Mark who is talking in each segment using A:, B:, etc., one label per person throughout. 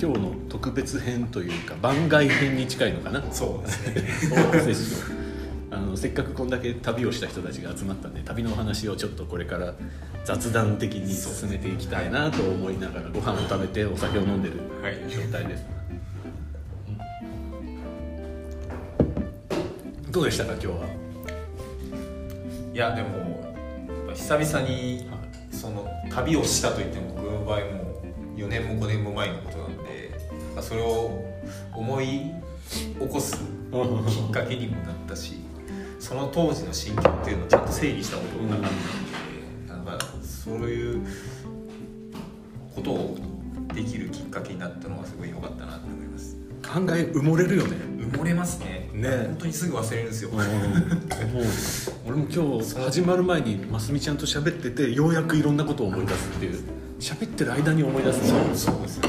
A: 今日の特別編というか番外編に近いのかな
B: そうですね
A: セッションあのせっかくこんだけ旅をした人たちが集まったんで旅のお話をちょっとこれから雑談的に進めていきたいなと思いながらご飯を食べてお酒を飲んでる
B: はい
A: 状態です、どうでしたか今日はい
B: やでもやっぱ久々にその旅をしたといっても僕の場合も4年も5年も前のことなんでなんかそれを思い起こすきっかけにもなったしその当時の心境っていうのをちゃんと整理したことがなかったのでなんかそういうことをできるきっかけになったのはすごい良かったなと思います
A: 考え埋もれるよね
B: 埋もれますね
A: ね
B: 本当にすぐ忘れるんですよ、
A: もう俺も今日始まる前にますみちゃんと喋っててようやくいろんなことを思い出すっていう喋ってる間に思い出すの
B: そうですよね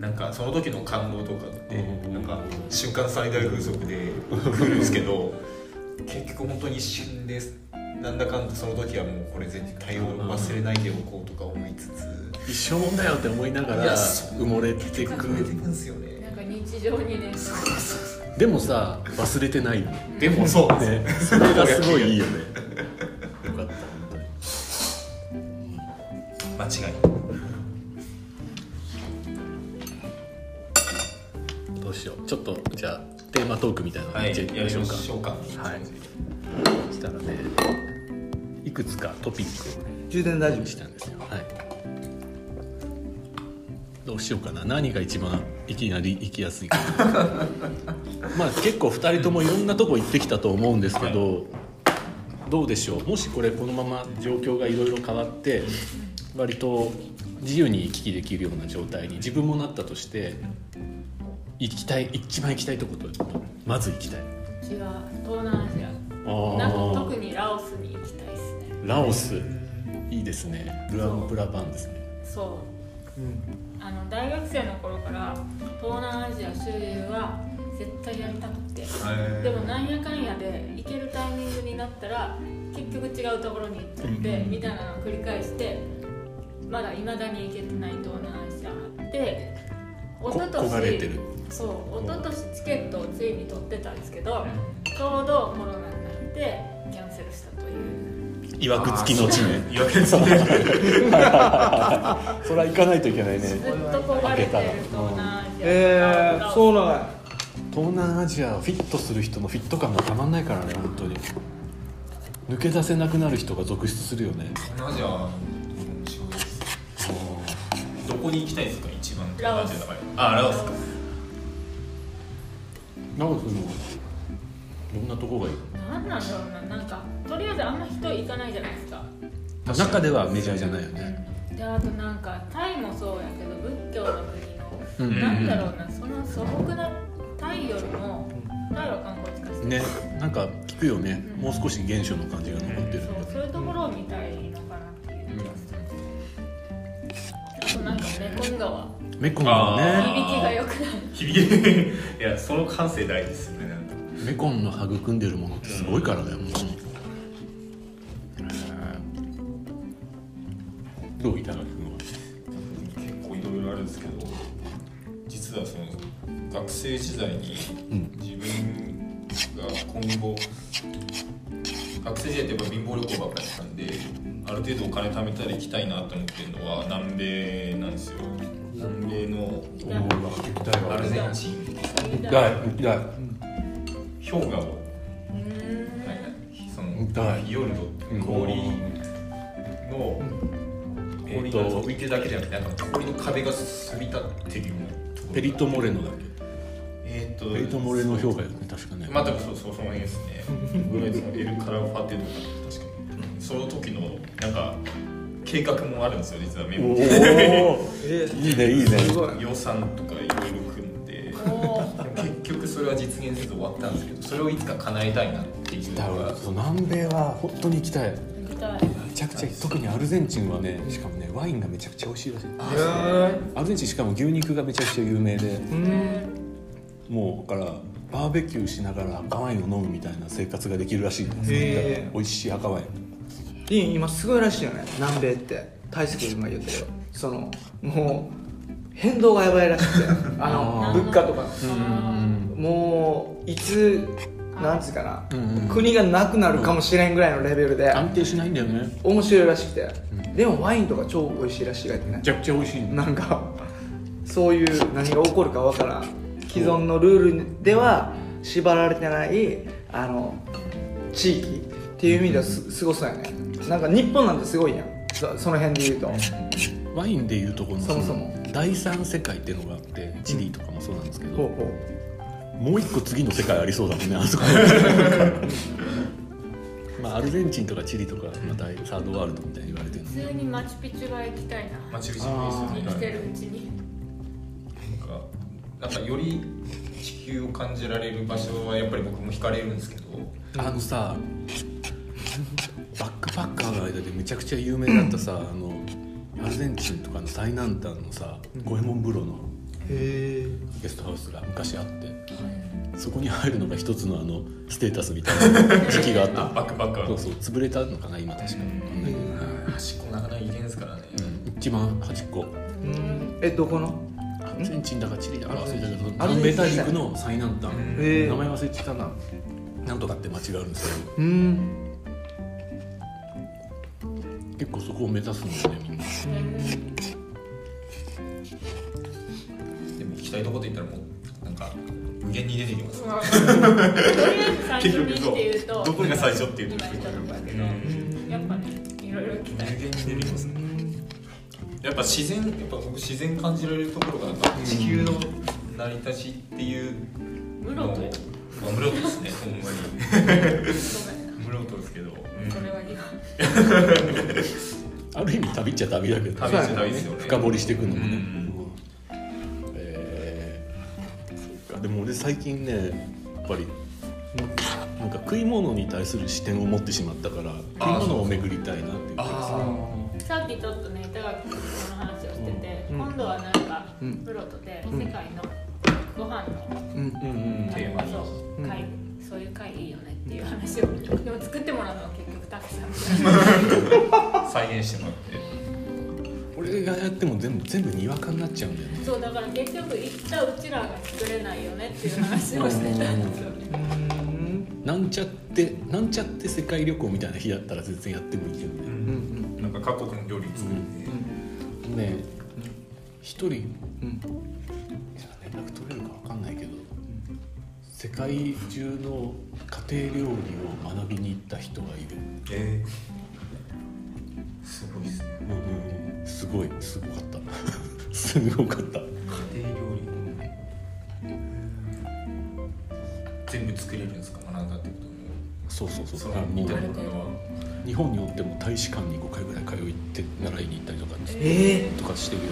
B: なんかその時の感動とかって、
A: うん
B: なんか瞬間最大風速で来るんですけど結局本当に一瞬ですなんだかんだその時はもうこれ絶対を忘れないでおこうとか思いつつ
A: 一生もんだよって思いなが
B: い
A: ら
B: やそう
A: 埋もれて
B: 結
A: く
B: 局埋めてくんですよね
C: なんか日常にね
A: でもさ忘れてないよね
B: でもそうですね
A: ねそれがすごいいいよねよかった本当に
B: 間違い
A: どうしようちょっとじゃあテーマトークみたいなの
B: は
A: やっ
B: い
A: ちゃいきましょうか、
B: ょうか
A: はいそしたらねいくつかトピックをね
D: 充電大丈夫
A: したんですよ、はい、どうしようかな何が一番いきなり行きやすいか まあ結構2人ともいろんなとこ行ってきたと思うんですけど、どうでしょうもしこれこのまま状況がいろいろ変わって割と自由に行き来できるような状態に自分もなったとして行きたい一番行きたいとことまず行きたい
C: 違う東南アジアなんか
A: あ
C: 特にラオスに行きたいですね
A: あラオスいいですねルアンプラバンですね
C: そうあの大学生の頃から東南アジア周遊は絶対やりたくてでもなんやかんやで行けるタイミングになったら結局違うところに行っちゃってみたいなのを繰り返してまだいまだに行けてない東南アジアあって
A: こ
C: 一昨
A: 焦がれて
C: 年
A: る
C: そう一昨年チケットをついに取ってたんですけどちょうどコロナになってキャンセルしたという
A: いわくつきの地ね
B: いや別に
A: それは行かないといけないね
C: ずっと焦がれてる東南アジア
D: え
C: が
D: ー、そうなんや
A: 東南アジアをフィットする人のフィット感がたまんないからね本当に抜け出せなくなる人が続出するよね
B: なじゃあ面白いですどこに行きたいですか一番
C: ラオス
B: あラオスか
A: ラオスのいろんなとこがいい
C: なんなんだろうななんかとりあえずあんま人行かないじゃないですか
A: 中ではメジャーじゃないよね
C: であとなんかタイもそうやけど仏教の国の、
A: うん
C: なんだろうなその素朴なタイよりもタイは観光地化してる
A: ねなんか聞くよね
C: うん
A: もう少し原初の感じが残ってる
C: そうそういうところを見たいのかなっていう気がするあとなんかメコン川
A: メコンの
B: あ
A: ね
C: 響きが良くない
B: 響き いやその感性大事ですよねなんか
A: メコンの育んでるものってすごいからねもうどういただくのは
E: 結構いろいろあるんですけど実はその学生時代に
A: うん
E: 自分が今後学生時代ってやっぱ貧乏旅行ばっかりしたんである程度お金貯めたら行きたいなと思ってるのは南米なんですよ南米のアルゼンチン
A: 痛い
E: 氷河をそのフ
A: 痛い
E: ィヨルドっていう氷の氷が浮いてるだけじゃなくてなんか氷の壁が錆び立ってるようなところが
A: ペリットモレノだっけ
E: えー、と
A: ペリットモレノ氷河よね確かね
E: まあでもそうそうその辺ですねぐらいそのエル・カラファテとか確かにその時のなんか計画もあるんですよ実はメモ
D: えー、
A: いいねいいね
D: すごい
E: 予算とかいろいろ組んで
C: おー
E: 結局それは実現せず終わったんですけどそれをいつか叶えたいなっていう
A: だ
E: の
A: から
E: が
A: そう南米は本当に行きたい
C: 行きたい
A: めちゃくちゃ特にアルゼンチンはねしかもねワインがめちゃくちゃ美味しいらしい
D: えー
A: アルゼンチンしかも牛肉がめちゃくちゃ有名で
D: うん
A: もうだからバーベキューしながら赤ワインを飲むみたいな生活ができるらしいんですよ
D: へー
A: 美味しい赤ワイン
D: いい今すごいらしいよね南米って大輔今言ったよそのもう
F: 変動がやばいらしくて あの
A: あー
F: 物価とか
A: うん
F: もういつなんつうかな、
A: うんうん
F: 国がなくなるかもしれんぐらいのレベルで、
A: 安定しないんだよね
F: 面白いらしくて、
A: うん
F: でもワインとか超美味しいらしいがってね
A: めちゃくちゃ美味しいんだ
F: なんかそういう何が起こるかわからん既存のルールでは縛られてないあの地域っていう意味ではすすごそうやねなんか日本なんてすごいやんそその辺で言うと
A: ワインでいうとこの
F: そもそも
A: の第三世界っていうのがあってチリとかもそうなんですけ
F: ほう
A: ど、
F: ほ
A: もう一個次の世界ありそうだもんねあそこ まあアルゼンチンとかチリとか、まあ、第サードワールドみたいに言われてるん
C: 普通にマチュピチュが行きたいな
E: マチュピチュもいいで
C: 生き
E: すよね
C: てるうちに
B: なんかなんかより地球を感じられる場所はやっぱり僕も惹かれるんですけど
A: あのさバックパッカーの間でめちゃくちゃ有名だったさあのアルゼンチンとかの最南端のさ五右衛門風呂の
F: うへえ
A: ゲストハウスが昔あってそこに入るのが一つのあのステータスみたいな時期があった
E: バックパッカー
A: そうそう潰れたのかな今確かに、
B: 端っこなかなか行けんですからね、
A: 一番端っこ
F: うんえどこの
A: アルゼンチンだかチリだか忘れたけど
F: アル
A: 南米
F: ゼンチン
A: 大陸の最南端
F: へえ
A: 名前忘れてたななんとかって町があるんですけど
F: うん
A: 結構そこを目指すんだよねみんな
B: でも行きたいとこって言ったらもうなんか無限に出てきます、
C: とりあえず最初にっていうと
E: どこが最初っていう
C: 今
E: と
C: 言ったとこやけど、やっぱねいろいろ行きた
B: 無
C: い
B: 限に出てきますねやっぱ自然やっぱ僕自然感じられるところがなんか地球の成り立ちっていう
C: ム
B: の
C: ロ
B: を
C: という
B: まあ、ムロトですねほんまに
C: そうだよ
B: ムロトですけど、うん
C: なそれは日
A: ある意味旅っちゃ旅だけど
B: 旅してないですよね
A: 深掘りしていくのもね、
B: うん
A: うんえーそっかでも俺最近ねやっぱりなんか食い物に対する視点を持ってしまったから
B: あー
A: 食い物を巡りたいなっていうか
C: 本さっきちょっとね板垣君とその話をしてて、
F: うん
C: 今度はなんか、
F: うん
C: ムロとで
F: ん
C: 世界のご飯の、
F: うん
A: うんうん
C: テーマそう
F: うん
C: 会、そういう会いいよねっていう話をでも作ってもらうのは結局たくさん
B: 再現してもらって
A: 俺がやっても全部全部にわかになっちゃうんだよね
C: そうだから結局行ったうちらが作れないよねっていう話をしてたんですよね
F: うん
A: なんちゃってなんちゃって世界旅行みたいな日だったら全然やってもいいけどね、
F: うんうん
B: なんか各国の料理作って、
A: ね一人い
F: うん
A: や連絡取れるかわかんないけど世界中の家庭料理を学びに行った人がいる、
B: えーすごいですね
A: すごいすごかった すごかった
B: 家庭料理全部作れるんですか学んだってことも
A: そうそうそう
B: そ
A: あ
B: の
A: も
B: イ
A: う
B: タリアは
A: 日本におっても大使館に5回ぐらい通いって習いに行ったりとか
F: えー
A: とかしてるよ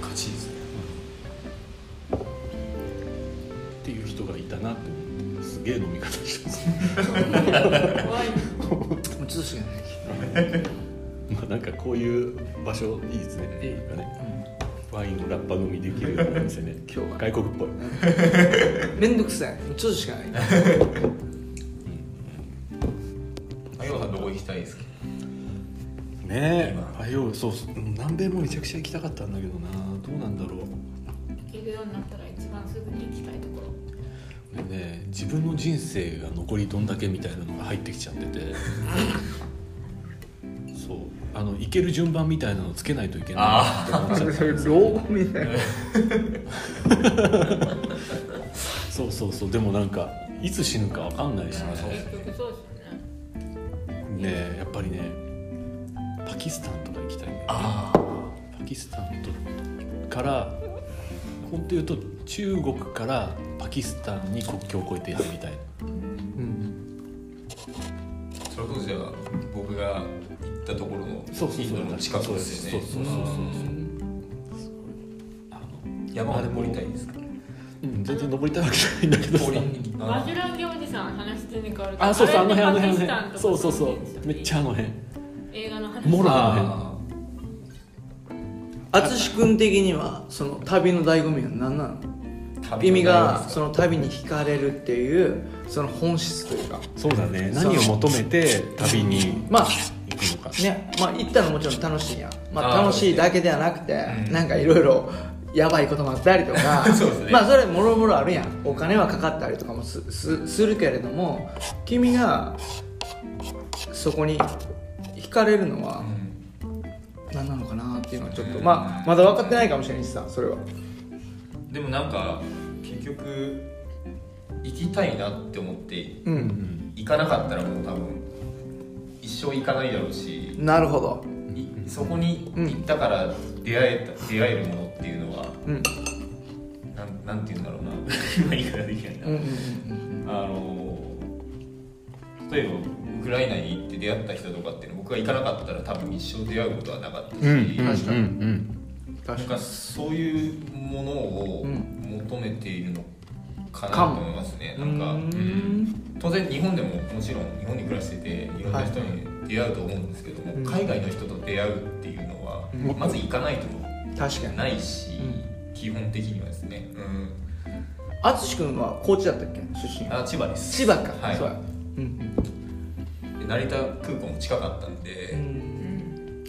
B: 勝ちですね
A: うなっていう人がいたなと思ってすげえ飲み方してます
C: 怖い
F: もうちょっとしかない
A: まあなんかこういう場所いいですね。なんかね、ワインのラッパ飲みできるお店ね。
F: 今日は
A: 外国っぽい。
F: めんどくさいもうちょっとしかない
B: あようさんどこ行きたいですか
A: ねえ、あよそうそううん南米もめちゃくちゃ行きたかったんだけどな。どうなんだろう。
C: 行けるようになったら一番すぐに行きたいところ
A: でね、自分の人生が残りどんだけみたいなのが入ってきちゃって て。そう、あの行ける順番みたいなのつけないといけないな って思っちゃって。
F: 老後みたいな
A: そうそうそう。でもなんかいつ死ぬかわかんないしね。
C: 結局そうですよね
A: ねやっぱりねパキスタンとか行きたいねパキスタンとから本当言うと中国からパキスタンに国境を越えて入りたい
F: うん
B: それこそじゃあ僕が行ったところのインドの近く
A: そう
B: で
A: ですす
B: よ
A: そう
B: ね
A: そうそうそうあの
B: 山を登りたいですか
A: うん全然登りたいわけじゃないんだけどさ
B: 氷に
C: バジュランゲおじさん話全然変わるけど
A: あそうそうあの
C: れ
A: 辺あの
C: パキ
A: 辺
C: スタ
A: あの
C: ンと
A: 辺
C: か
A: そうそうそ
C: いですよ
A: う
C: ね
A: めっちゃあの辺
C: 映画の話
A: モラ
B: あ
A: の辺
B: あ
F: 淳君的にはその旅の醍醐味は何なの
B: 旅
F: 意
B: の内容
F: 味が
B: です
F: そ
B: か
F: の旅に惹かれるっていうその本質というか
A: そうだね
F: そう
A: 何を求めて旅に
F: まあ
A: 行くのか
F: ねまあ行ったのもちろん楽しいやんまあ、
G: あー
F: 楽しいだけではなくて、
G: うん
F: なんかいろいろやばいこともあったりとか
G: そうですね
F: まあそれもろもろあるやんお金はかかったりとかもすすするけれども君がそこに惹かれるのは
G: うん
F: 何なのかなっていうのはちょっと、
G: うん
F: まあ、まだ分かってないかもしれないしさそれは
B: でもなんか結局行きたいなって思って
F: うん
B: 行かなかったらもう多分一生行かないだろうし
F: なるほど
B: いそこに行ったから出会えた、出会えるものっていうのは
F: うん
B: なんなんて言うんだろうな今言い方できないな、
F: うんうんうん
B: あの例えばウクライナに行って出会った人とかっていうの僕が行かなかったら多分一生出会うことはなかったし、
F: 確かに
A: ん
F: うん
B: なん
F: 確か
B: か
F: に
B: そういうものを
F: うん
B: 求めているのかなと
F: かも
B: 思いますね、
F: う
B: なんか
F: ん
B: 当然日本でももちろん日本に暮らしてていろんな人に出会うと思うんですけども、
F: うん
B: 海外の人と出会うっていうのは、
F: うん
B: まず行かないと
F: 確かに
B: ないし、
F: う
B: 基本的にはですね、うん、
F: 淳君は高知だったっけ出身
B: あ千葉です
F: 千葉か、
B: はい
F: そうやうん
B: で成田空港も近かったん
F: う
B: で、
F: ん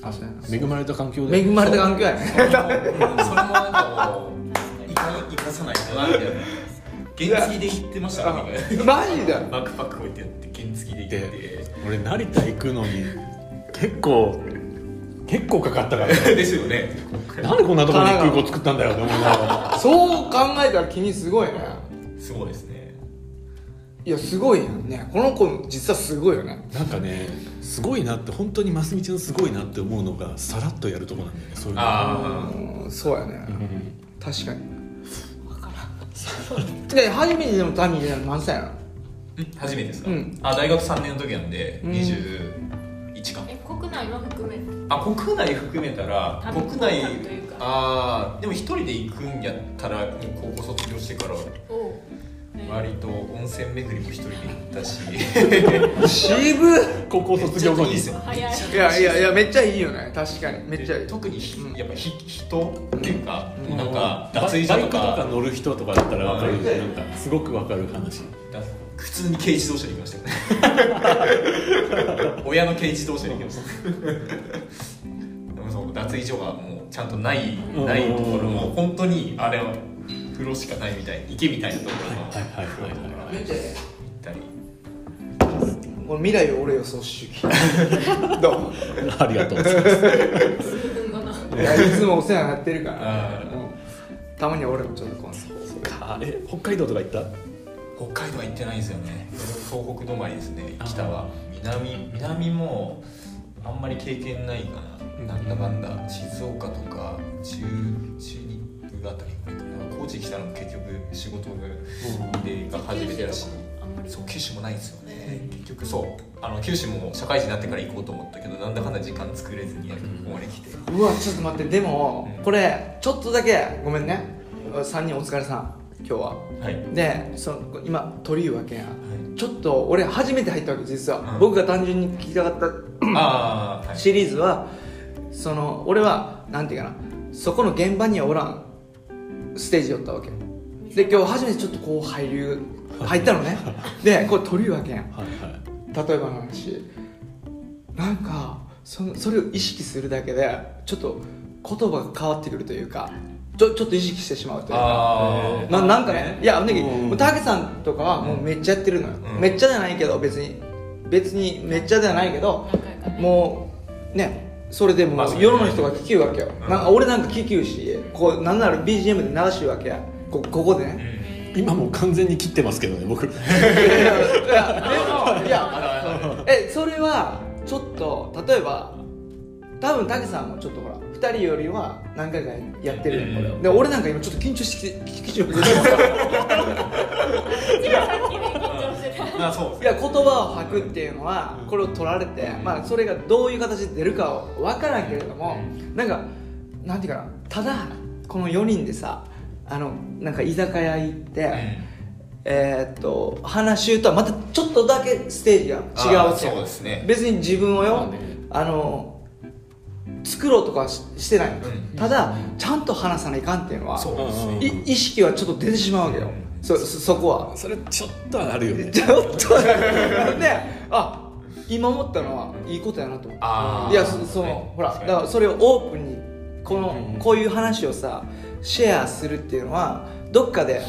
F: あそうやな
A: 恵まれた環境
F: 恵
A: で
F: まれた環境や
B: そ
F: ね
B: れもそれもなんかもう生か生かさないとなみたいな原付で行ってましたからね
F: マジだ
B: バックパック置いてやって原付で行って
A: 俺成田行くのに結構結構かかったから
B: ですよね
A: なんでこんなところに空港作ったんだよって思いながら
F: そう考えたら君すごいね
B: すごいですね
F: いやすごいやんねこの子実はすごいよね
A: なんかねすごいなって本当にマスミちゃんすごいなって思うのがさらっとやるとこなんだよねそういうの
B: あ
F: うんそうやね
A: うん
F: 確かに分からんで初めてでも単に出たの何歳なの
B: あ初めてですか、
F: うん
B: あ大学3年の時なんで
F: うん
B: 21か、
C: え国内も含め
B: あ国内含めたら
C: 旅
B: 国内
C: 行ったというか
B: あーでも一人で行くんやったらもう高校卒業してから
C: を、えー
B: 割と温泉巡りも一人で行ったし
F: 渋っ
A: 高校卒業後に
B: めっちゃいいですよ
C: 早い
F: いやいやいやめっちゃいいよね確かにめっちゃいい
B: で特にひ
F: うん
B: やっぱひ人っていうか、
A: うん
B: なんか
A: バ
B: 脱衣
A: バ
B: 所
A: イ
B: と
A: クとか
B: か
A: 乗る人とかだったらわかる
B: うん
A: なんかすごくわかる話
B: だ普通に軽自動車で行きましたよ ね親の軽自動車で行きましたでもその脱衣所がもうちゃんとない
A: うん
B: ないところも本当にあれは風呂しかないみたい池みたいなところの
A: はいはいはいはいはい
F: めっちゃいい
B: 行ったり
F: これ未来を俺予想主義どうも
A: ありがとうございます。
F: いやいつもお世話になってるから
B: あー
F: うんたまには俺もちょっとこう
A: あえ北海道とか行った？
B: 北海道は行ってないんですよね東北止まりですね北は南南もあんまり経験ないかななんだかんだ静岡とか中中陸あたりかな高知来たのも結局仕事でが初めてだし
C: あんまり
B: そう九州もないんですよね結局そうあの九州も社会人になってから行こうと思ったけどなんだかんだ時間作れずにここまで来て
F: うわちょっと待ってでも
B: うん
F: これちょっとだけごめんね3人お疲れさん今日は
B: はい
F: でその今取り言うわけやん
B: はい
F: ちょっと俺初めて入ったわけ実は、
B: うん
F: 僕が単純に聞きたかっ
B: ああは
F: た
B: い
F: シリーズはその俺はなんていうかなそこの現場にはおらんステージ寄ったわけで今日初めてちょっとこう入る入っ たのねでこれ取り言うわけやん
A: はいはい。
F: 例えばの話なんかそのそれを意識するだけでちょっと言葉が変わってくるというかちょちょっと意識してしまうというか
B: あー
F: ななんかねいやね
A: うん
F: もうタケさんとかはもうめっちゃやってるのよ、
B: うん
F: めっちゃじゃないけど別に別にめっちゃではないけど
C: 何回かね
F: もうねそれでも
B: まあ
F: う
B: そうね
F: 世の人が聞きゅうわけよ、
B: ん
F: なんか俺なんか聞きゅうしこうなんなら BGM で流してるわけやこここでね、
A: 今もう完全に切ってますけどね僕。
F: いやいやでもいや えそれはちょっと例えば多分たけさんもちょっとほら2人よりは何回かやってるよこれをで俺なんか今ちょっと緊張してき て緊張して きて
C: さっきね緊張してた
B: あそう
F: いや言葉を吐くっていうのはこれを取られて、まあ、それがどういう形で出るかは分からんけれどもなんかなんていうかなただこの4人でさあのなんか居酒屋行って、えーっと話しゅうとはまたちょっとだけステージが違うわけ
B: あー
F: やん
B: そうですね
F: 別に自分を
A: ま
F: よ
A: あね
F: あの作ろうとかはししてない、
B: う
F: ただちゃんと話さないかんっていうのは
B: そうですね
F: い意識はちょっと出てしまうわけよ、そそそこは
A: それちょっとはあるよね。
F: ちょっとであ今思ったのはいいことやなと思って
B: あー
F: いやそその、ほら
B: 確か
F: だ
B: に
F: からそれをオープンにこのこういう話をさシェアするっていうのはどっかで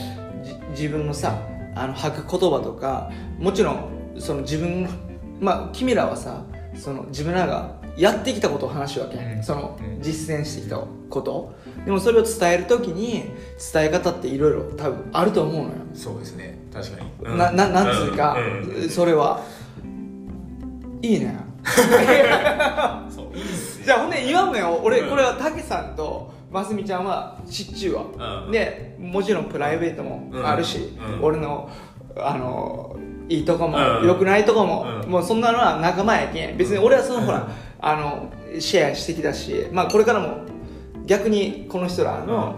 F: じ自分のさあの吐く言葉とかもちろんその自分まあ君らはさその自分らがやってきたことを話すわけ、
B: うん
F: その
B: うん
F: 実践してきたことでもそれを伝える時に伝え方っていろいろ多分あると思うのよ、
B: そうですね確かに、うん
F: なななんつうか、
B: うん
F: それはいいね
B: そういいっすね
F: じゃあほんで言わんのよ俺
B: うん
F: これはたけさんとますみちゃんは知っちゅうわ、
B: うん
F: でもちろんプライベートもあるし、
B: うんうん
F: 俺のあのいいとこも、
B: うん
F: 良くないとこも、
B: うん
F: もうそんなのは仲間やけん別に俺はその、ほらあのシェアしてきたしまあこれからも逆にこの人らの、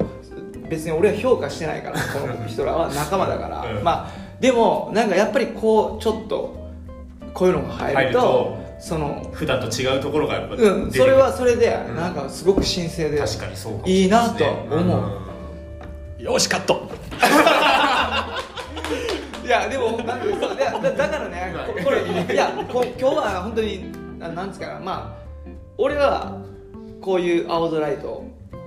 F: 別に俺は評価してないからこの人らは仲間だから、
B: うん
F: まあでもなんかやっぱりこうちょっとこういうのが入ると
B: 入る
F: その
B: 普段と違うところがやっぱ出てくる
F: うん、それはそれで
B: うん
F: なんかすごく神聖で、
B: 確かにそうかも
F: いいなと思う
A: よしカット
F: いやでもなんかそうだだだからねここれいやこ今日は本当にななんですかなまあ俺はこういう青空ライト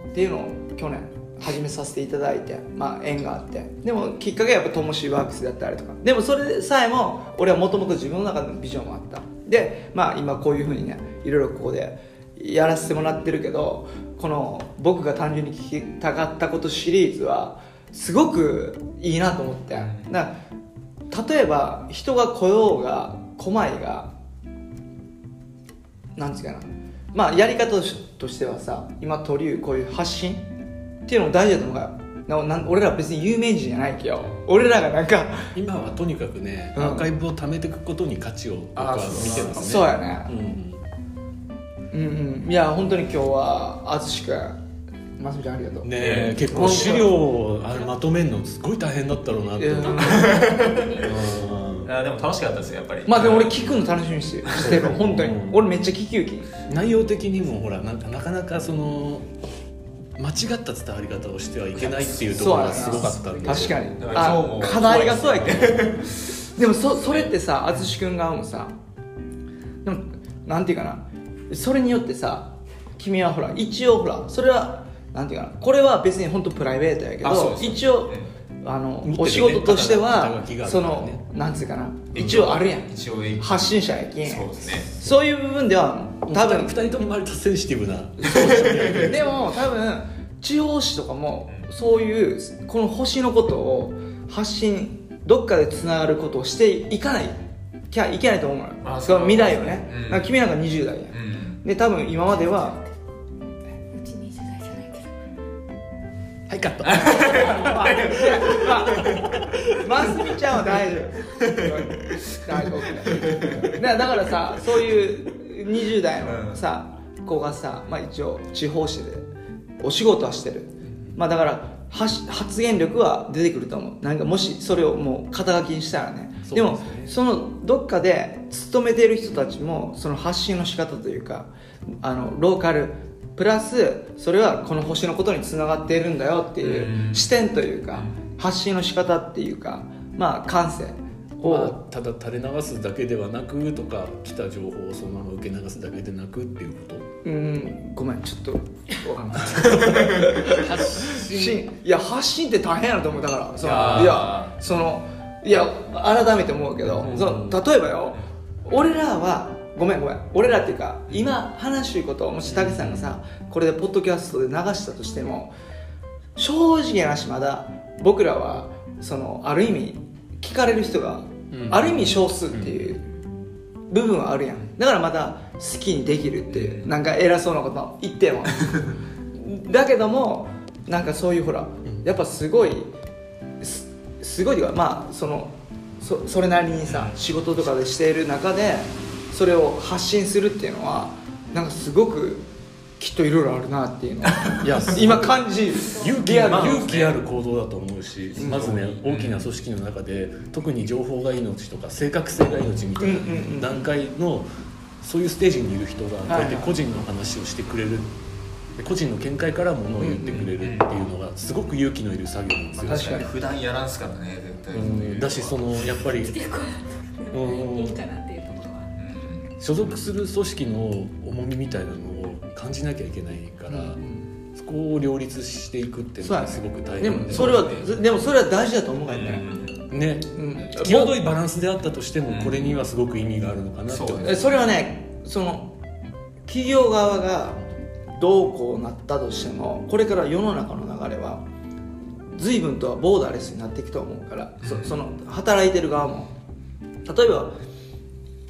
F: っていうのを去年始めさせていただいてまあ縁があってでもきっかけはやっぱともしワークスだったりとかでもそれさえも俺はもともと自分の中のビジョンもあったでまあ今こういうふうにねいろいろここでやらせてもらってるけどこの僕が単純に聞きたかったことシリーズはすごくいいなと思ってだから例えば人が来ようが来まいがなんつうかなまあやり方としとしてはさ今取りうこういう発信っていうのも大事だと思うからななん俺ら別に有名人じゃないけど俺らがなんか
A: 今はとにかくね、
F: うん
A: アーカイブを貯めていくことに価値を僕は
B: あ
A: 見
B: ー
A: てますね
F: そうやね
A: うん
F: うんうんいや本当に今日は淳君ますみちゃんありがとう
A: ね
B: う
A: え
B: ん
A: 結構資料をあれまとめるのすごい大変だったろうなっ
F: い
A: て
F: や
A: 思ううん
B: あでも楽しかったですよやっぱり
F: まあでも俺聞くの楽しみにしてしてる本当に
A: うん
F: 俺めっちゃ聞き受き
A: 内容的にもほらなんかなかなかその間違った伝わり方をしてはいけないっていうところがすごかったんで
F: 確かに
B: だから今日
F: あ
B: も
F: 課題がそうやけどでもそそれってさ淳君側もさでもなんていうかなそれによってさ君はほら一応ほらそれはなんていうかなこれは別に本当プライベートやけ
B: あそう
F: ど
B: そう
F: 一応あのお仕事としては
A: 肩書きがある
F: そ
A: から
F: の
A: ね
F: なんつうかな一応あるやん
B: 一応いい
F: 発信者やけん
B: そうですね
F: そういう部分では多
A: 多分
F: 分
A: 2人とも割とセンシティブな
F: でも多分地方紙とかもそういうこの星のことを発信どっかでつながることをしていかないきゃいけないと思うのよ
B: あ
F: その未来をね、
B: うん
F: だから君なんか20代や、
B: うん
F: で多分今までは
C: うち20代じゃ
A: は
C: ないけど
A: いカット
F: まあ、まあ、ますみちゃんは大丈夫。大丈夫。だだからさ、そういう20代のさ、子がさ、まあ一応地方紙でお仕事はしてる。まあだから、発発言力は出てくると思う。なんかもしそれをもう肩書きにしたらね。
A: そうですね
F: でも、そのどっかで勤めてる人たちもその発信の仕方というかあのローカルプラスそれはこの星のことにつながっているんだよっていううん視点というか発信の仕方っていうかまあ感性を
A: まあただ垂れ流すだけではなくとか来た情報をそのまま受け流すだけでなくっていうこ
F: うんごめんちょっとわかんない
A: と発
F: 発信いや発信って大変やなと思うだからその
B: いやー
F: いやそのいや改めて思うけど、
A: うん
F: その例えばよ俺らはごめんごめん俺らっていうか今話してることをもし武さんがさこれでポッドキャストで流したとしても正直な話まだ僕らはそのある意味聞かれる人が、
A: うん
F: ある意味少数っていう部分はあるやんだからまた好きにできるっていう、なんか偉そうなこと 言ってもだけどもなんかそういうほら、やっぱすごいすすごいというかまあそのそそれなりにさ仕事とかでしている中でそれを発信するっていうのはなんかすごくきっといろいろあるなっていうのを
A: いや
F: 今感じる
A: 勇気
F: リアル
A: ある勇気ある行動だと思うし、まずね大きな組織の中で特に情報が命とか正確性が命みたい
F: うんうんうん
A: な段階のそういうステージにいる人がこう
F: はい
A: や
F: は
A: って
F: い
A: 個人の話をしてくれるで個人の見解からものを言ってくれるっていうのがすごく勇気のいる作業なんですよ、
F: 確かに
B: 普段やらんすからね絶対
A: うんだしそのやっぱり
C: 結構
A: うん
C: いいかなっていうところは
B: うん
A: 所属する組織の重みみたいなのを感じなきゃいけないから、そこを両立していくっていうの
F: そうや
A: は
F: ね
A: すごく大
F: で
A: 変
F: もそれはでもそれは大事だと思うからね、
E: う
A: ね
F: うん
A: 際どいバランスであったとして
E: うん
A: もこれにはすごく意味があるのかなって思
E: そう
A: う
E: ね
F: えそれはねその企業側がどうこうなったとしてもこれから世の中の流れは随分とはボーダーレスになっていくと思うからそその働いてる側も例えば
A: っ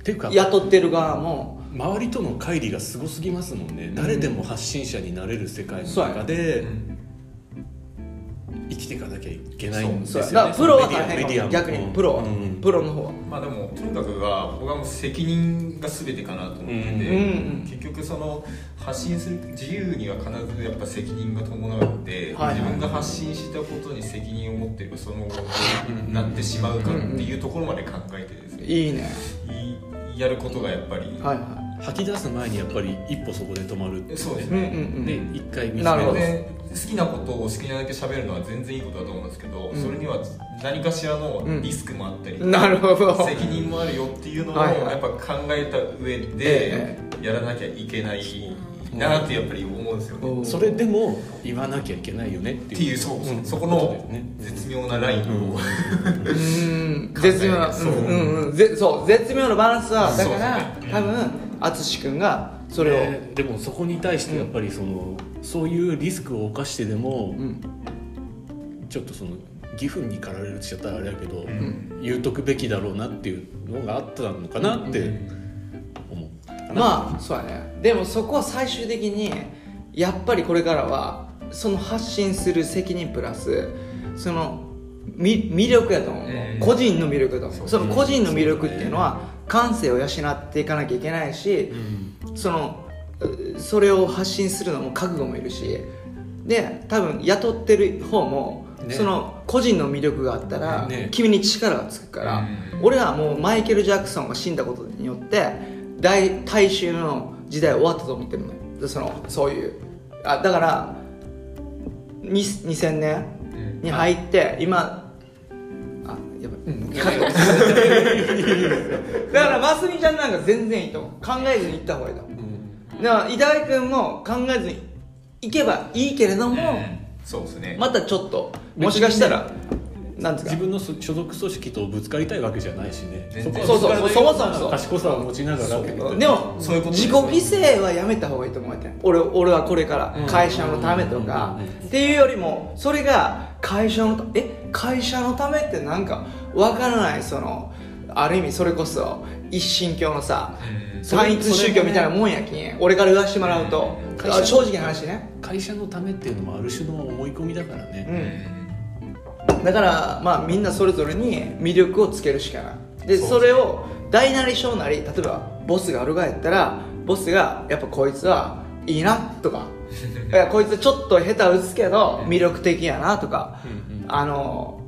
A: ていうか
F: 雇ってる側も
A: 周りとの乖離がすごすぎますもんね、誰でも発信者になれる世界の中で生きていかなきゃいけないんです
F: そ
A: よ
F: う
A: ね
F: だからプロは大
A: メディア
F: 変
A: も
F: 逆にプロは、
A: うん
F: プロの方は
E: まあでもとにかくは僕はもう責任が全てかなと思って
A: う
E: て、
A: ん
F: うん
E: 結局その発信する自由には必ずやっぱ責任が伴うので、
F: はいはい
E: 自分が発信したことに責任を持っていればその後になってしまうかっていうところまで考えてですね、
F: いいね
E: いやることがやっぱり、
F: はいは
A: 吐き出す前にやっぱり一歩そこで止まる
E: そうで
F: い
E: す
F: うんうん
E: ね、
F: うん
A: で一回見つ
F: なる
A: め
F: ほ
A: る
F: ど
E: で好きなことを好きなだけ喋るのは全然いいことだと思うんですけど、
F: うん
E: それには何かしらのリスクもあったり、
F: なるほど
E: 責任もあるよっていうのを
F: はいはい
E: やっぱ考えた上で
F: え
E: やらなきゃいけないなってやっぱり思うんですよね。
F: お
E: っ
F: う
A: それでも言わなきゃいけないよねって
E: て
A: い
E: いううそう、
A: うん
E: そこ
A: ことです
E: の
A: ね
E: 絶妙なラインを、
F: うん絶妙な
E: そう
F: うんうんうんぜそう絶妙なバランスはだから
E: そう
F: 多分淳君がそれを
A: ねでもそこに対してやっぱりその、そういうリスクを冒してでも、
F: ん
A: ちょっとその義憤に駆られるって言っちゃったらあれやけど、
E: ん
A: 言うとくべきだろうなっていうのがあったのかなって思うかな、
F: まあそうやねでもそこは最終的にやっぱりこれからはその発信する責任プラスそのみ魅力やと思う、
E: ええ
F: 個人の魅力やと思うその個人の魅力っ
A: そう
F: て
A: ね
F: いうのは感性を養っていかなきゃいけないし
A: う、ん
F: そのうそれを発信するのも覚悟もいるしで多分雇ってる方も、
A: ね
F: その個人の魅力があったら、
A: ね
F: 君に力がつくから、
E: うん
F: 俺はもうマイケル・ジャクソンが死んだことによって大大衆の時代は終わったと思ってるのよでそのそういうあだからに2000年に入って、今あやばい、うん、カット だからますみちゃんなんか全然いいと思う考えずに行った方がいいと思うだから伊沢君も考えずに行けばいいけれども、
E: そうですね。
F: またちょっともしかしたら、なんですか
A: 自分の所属組織とぶつかりたいわけじゃないしね
E: 全然
A: こ
F: そう
A: は
F: そうそもそもそう
A: 賢さを持ちながらけど
F: でも
E: そういうことで
F: 自
E: す
F: 己
E: ね
F: 犠牲はやめた方がいいと思うよね俺俺はこれから会社のためとか
A: うんうん
F: っていうよりもそれが会社のたえ会社のためってなんかわからないそのある意味それこそ一神教のさ単一宗教みたいなもんやきん俺から言わしてもらうと
A: 会社
F: あ正直な話ね
A: 会社のためっていうのもある種の思い込みだから
F: う
A: ね、
F: んだからまあみんなそれぞれに魅力をつけるしかないでそれを大なり小なり例えばボスがあるがやったらボスがやっぱこいつはいいな とかいやこいつちょっと下手打つけど魅力的やなとか、あの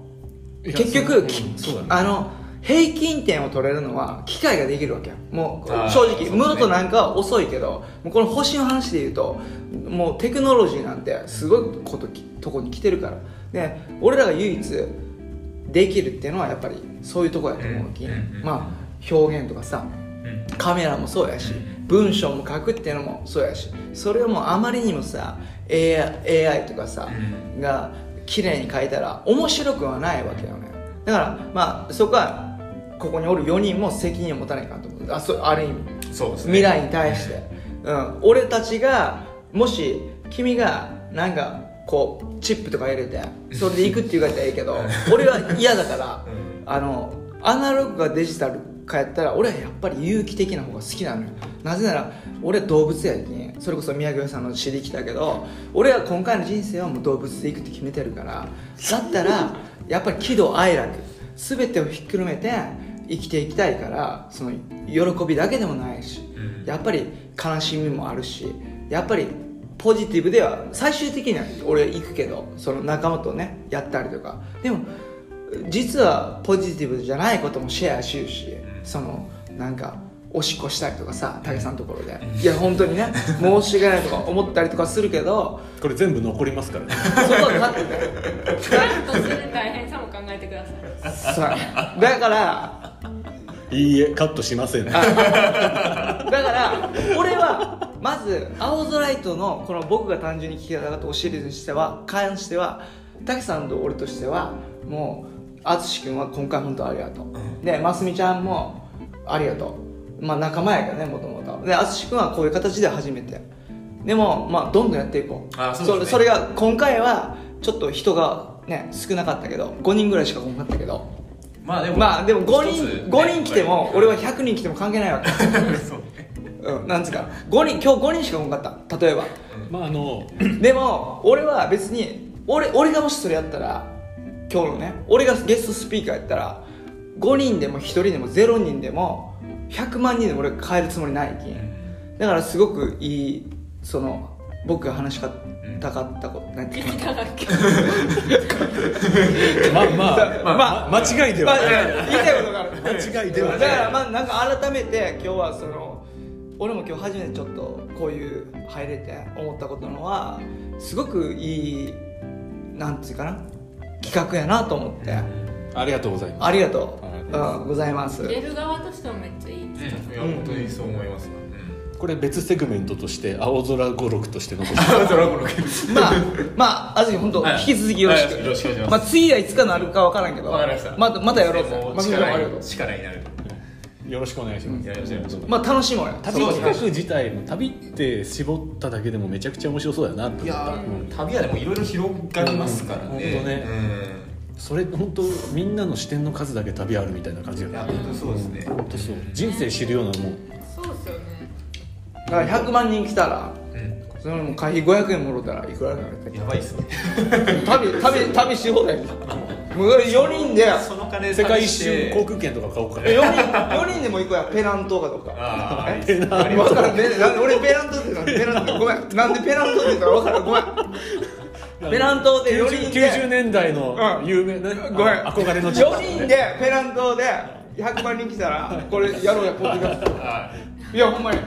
A: いや
F: 結
A: そう
F: 局、
A: うん
F: き
A: そうだね
F: あの平均点を取れるのは機械ができるわけやもう
E: あー
F: 正
E: そうで
F: 直
E: すね
F: ムートなんかは遅いけどもうこの星の話で言うともうテクノロジーなんてすごいこときとこに来てるからで俺らが唯一できるっていうのはやっぱりそういうとこやと思うき、
E: うんうんうん
F: まあ表現とかさカメラもそうやし文章も書くっていうのもそうやしそれをもうあまりにもさ AI, AI とかさ、が綺麗に書いたら面白くはないわけよねだからまあそこはここにおる4人も責任を持たないかんと思うあそうある意味
E: そうですね。
F: 未来に対して、うん、俺たちがもし君がなんかこうチップとか入れてそれで行くって言うからいいけど俺は嫌だからあのアナログかデジタルかやったら俺はやっぱり有機的な方が好きなのよなぜなら俺は動物やきんそれこそ宮城さんの知り来たけど俺は今回の人生はもう動物で行くって決めてるからだったらやっぱり喜怒哀楽全てをひっくるめて生きていきたいからその喜びだけでもないし、やっぱり悲しみもあるしやっぱりポジティブでは最終的には俺行くけどその仲間とねやったりとかでも実はポジティブじゃないこともシェアしようしそのなんかおしっこしたりとかさ武さんのところでいや本当にね申し訳ないとか思ったりとかするけど
A: これ全部残りますから ね
F: そこは勝ってたよ
C: ちゃんとする大変さも考えてください
F: そうだから
A: いいえカットしませんね
F: あから俺はまず青空イトのこの僕が単純に聞きたかったおシリーズにしては関しては滝さんと俺としてはもう淳君は今回本当ありがとう、でますみちゃんもありがとうまあ仲間やからねもともとで淳君はこういう形で初めてでもまあどんどんやっていこう
B: あそうですね
F: れそれが今回はちょっと人がね少なかったけど5人ぐらいしか来なかったけど
B: まあでも
F: まあでも5人
B: 一つね
F: 5人来ても俺は100人来 ても関係ないわけうん、なんつうか5人今日5人しか来なかった 例えば
A: まああの
F: でも俺は別に俺俺がもしそれやったら今日のね俺がゲストスピーカーやったら5人でも1人でも0人でも100万人でも俺変えるつもりないき、だからすごくいいその僕が話しかったかったこと、なんていう
C: た
F: か
C: だけ
A: まあ まあ
F: まあ
A: まあ間違いで
F: ま
A: は
F: あ、
A: ない
F: 言いたいことがある
A: 間違いではない
F: だからまあなんか改めて今日はその俺も今日初めてちょっとこういう入れて思ったことのはすごくいいなんていうかな企画やなと思って
A: ありがとうございます
F: ありがと
A: ありが
F: う、うん、ございます
C: 出る側としてもめっちゃいい
B: ねいや
F: うん
B: 本当にそう思いますね
A: これ別セグメントとして青空語録として残して
B: うんドラゴンの件
F: まあまああずき本当
B: はい
F: 引き続きよろしく、
B: はいよろしくお願いします
F: まあ次はいつかなるかわからんけど
B: わかりました
F: たまたやろうぜ
B: も
F: まずありがと
B: 力
F: う
B: に力になる
A: よろしくお願いします、
B: よろしくお願いし
F: まあ楽しもうよ
A: 旅企画自体も旅って絞っただけでもめちゃくちゃ面白そうだなって
B: い
A: 思った
B: やー旅はでもいろいろ広がりますからね
A: うん本当ねそれ本当みんなの視点の数だけ旅あるみたいな感じ
B: うんい
A: だ
B: や
A: よ
B: 本
A: ね
B: 当そうですね
A: 本当そう人生知るようなもん
C: そうですよね
F: だから100万人来たら
B: うん
F: それも会費500円もろたらいくらになるか
B: やばいっすね
F: 旅旅旅し放題もう4人で
B: その金
A: 世界一
B: して
A: 周航空券とか買おうかな
F: 4人四人でも行こうやペナントかどうか
B: あ あ
A: ペナン
F: 分からんペなんで俺ペナントって言ったのペナントごめんなんでペナントって言ったか分からんごめ んペナントで4
A: 90,
F: 人で
A: 年代の
F: うん
A: 有名な、
F: ごめん
A: 憧れの地
F: 4人でペナントで100万人来たらこれやろうやポッドキャストいやほんまに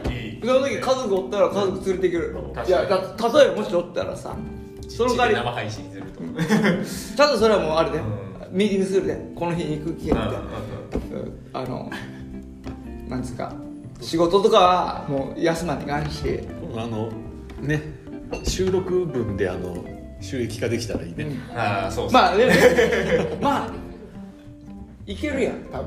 F: その時家族おったら家族連れてくるいやだ例えばもしおったらさ その代わり
B: 生配信するとうん
F: ただそれはもうあるで、
B: う
F: ミーティングするでこの日に行く気やって、
B: う
F: うんあのなんですか仕事とかはもう休まんでかんし
A: あのね収録分であの収益化できたらいいね、
B: んああそうっすね
F: まあでもまあいけるやん多分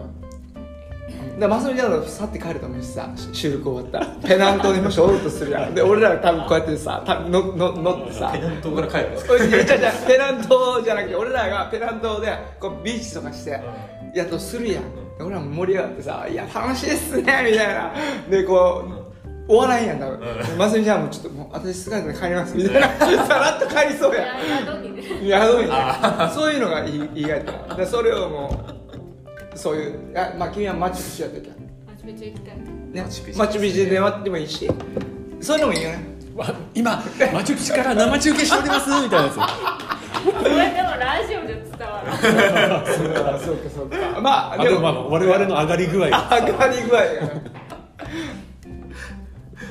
F: でマスミちゃんだとさって帰ると思うしさし収録終わったらペナントにもしおるとするやんで俺ら多分こうやってさ多分のの乗ってさ
B: ペナントから帰るんですか
F: おいいや違う違うペナントじゃなくて俺らがペナントでこうビーチとかしてやっとするやん俺らも盛り上がってさ「いや楽しいっすね」みたいなでこう終わらんやん多分ますみちゃんもちょっともう私疲れたんで帰りますみたいなさらっと帰りそう
C: い
F: やん
C: や宿 にね
F: いやどういねそういうのがいい意外とでそれをもうそういうあまあ君はマチュピチュやってたね
C: マチュピチュ行きたい
F: マ
B: マチュピチュ
F: チュピチュで待ってもいいしそういうのもいいよね
A: わ今マチュピチュから生中継しておりますみたいなやつ
C: これでもラジオで伝わらない
F: そうかそうかそうかまあ
A: あでもまあ我々の上がり具合が
F: 上がり具合が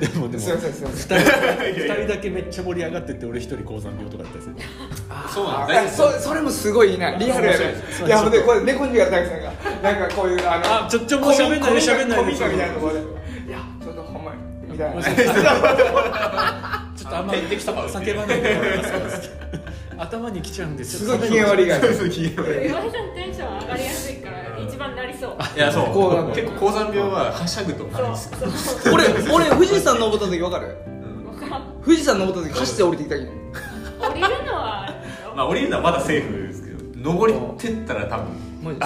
A: でもでも
F: すいませんすいません
A: 2人だけめっちゃ盛り上がってって俺1人高山病とかだったりする
B: そうなん
F: あ
B: だ
F: そそれもすごいいいなリアルやねいやでこれ猫んじがたくさんがなんかこういうあの
A: あちょちょもう喋んないで喋んないで
F: コミカみたいなところでいやちょっとほんまにみたいな
A: ちょっとあんまり
B: 点滴とか打って
A: 叫ばないでもらえますか頭にきちゃうんです
F: すごい機嫌悪いが
C: 岩井さんテンション上がりやすいから一番なりそう
B: いやそう
F: こうなんか
B: 結構高山病ははしゃぐとかです
C: そうそう
F: 俺俺富士山登った時わかる
C: 分からん
F: 富士山登った時走って降りてきたけ
C: 降りるのは
B: まあ降りるのはまだセーフですけど登りってったら多分
F: マジで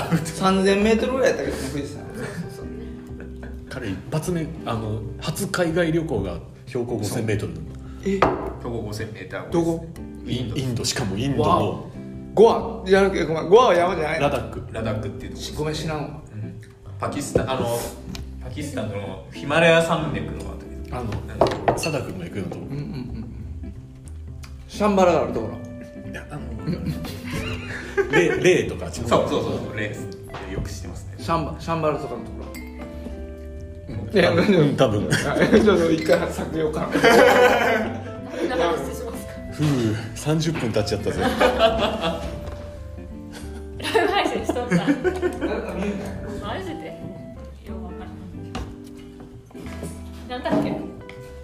F: 3000m ぐらいやったけどね富士山
A: 彼一発目あの初海外旅行が標高 5000m の
F: え
B: 標高 5000m
F: どこ
B: インド
A: インドしかもインド
F: わ
A: の
F: ゴアじゃなくてごめんゴアは山じゃない
A: ラ
F: の
A: ダック
B: ラダックっていうとこ
F: しごめん知らんわ
B: うんパキスタンあのパキスタンのヒマラヤ山脈のあたり
A: あの
B: なんか
A: サダ君が行くようなとこ
F: うんうんうんうんシャンバラがあるところ
A: いやあのレイレイとかあっちの
B: そうそうそうレースよく知ってますね
F: シャンバシャンバラとかのところ
A: うん
F: いや
A: うん多分
F: あちょっと一回削除かな
C: どんな話しますか
A: ふう30分経っちゃったぜ
C: ライブ配信しとったマジでよう分からんなんだっけ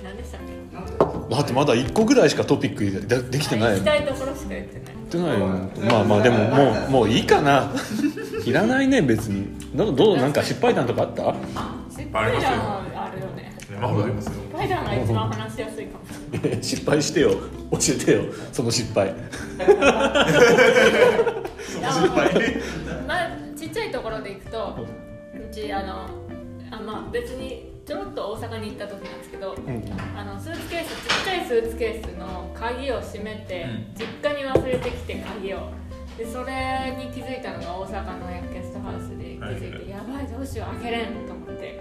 C: 何でしたっけ
A: だってまだ一個ぐらいしかトピックでできてない
C: 行
A: や
C: きたいところしか言ってない
A: ってないよまあまあでももうもういいかないらないね別にどうどうなんか失敗談とかあった
C: 失敗談はあるよね
E: まあほらあり ますよ
C: 失敗談が一番話しやすいかも
A: え 失敗してよ教えてよその失敗
C: まあちっちゃいところで行くとうちあのあまあ別にちょろっと大阪に行った時なんですけど、あのスーツケースちっちゃいスーツケースの鍵を閉めて、実家に忘れてきて鍵をでそれに気づいたのが大阪のゲストハウスで気づいて、やばいどうしよう開けれんと思 って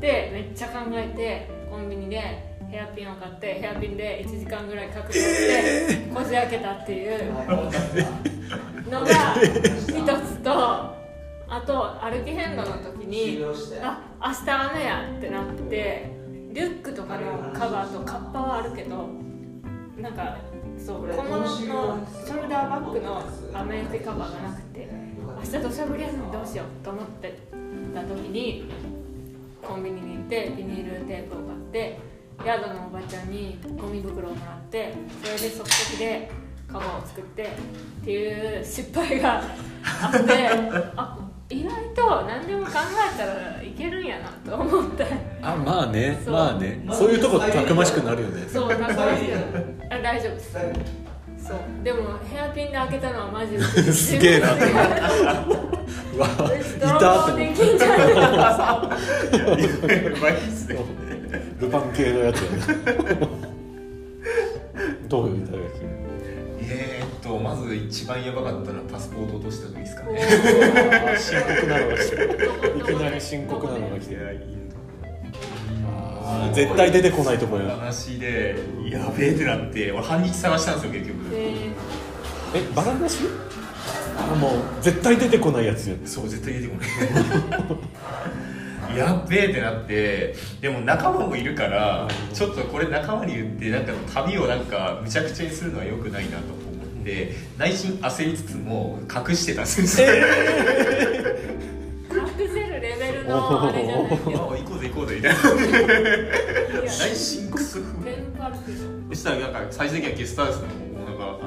C: でめっちゃ考えてコンビニでヘアピンを買ってヘアピンで1時間ぐらい確保 してこじ開けたっていうのが一つとあと歩き遍路の時にあ明日雨やってなってリュックとかのカバーとカッパはあるけどなんかそう小物のショルダーバッグの雨よけカバーがなくて明日土砂降りやのにどうしようと思ってた時にコンビニに行ってビニールテープを買って宿のおばちゃんにゴミ袋をもらってそれで即席でカバーを作ってっていう失敗があって あ意外と何でも考えたらいけるんやなと思って
A: あまあね
C: そう
A: まあねそういうとこたくましくなるよね
C: そうだからあ大丈夫ですそうでもヘアピンで開けたのはマジで
A: すげえな
C: 自分で
A: うわ
C: 私
A: い
C: 泥棒
A: た って
C: できんじゃないか
A: ルパン系のやつやね どういう大学
B: えーっとまず一番やばかったのはパスポート落とした時ですかね
A: 深刻なのが来てる いきなり深刻なのが来てるあー絶対出てこないとこよ
B: 話でやべえってなって俺半日探したんですよ結局
C: え
A: えバラなしあもう絶対出てこないやつよ
B: そう絶対出てこない やっべえってなってでも仲間もいるからちょっとこれ仲間に言ってなんか旅をなんかむちゃくちゃにするのはよくないなと思って内心焦りつつも隠してたんですよ、
C: ー隠せるレベルのあれじゃない けど
B: まあ行こうぜ行こうぜみたいな内心クソ
C: いやテンパるけど
B: そしたらなんか最終的にはゲストハウスのなんかなんか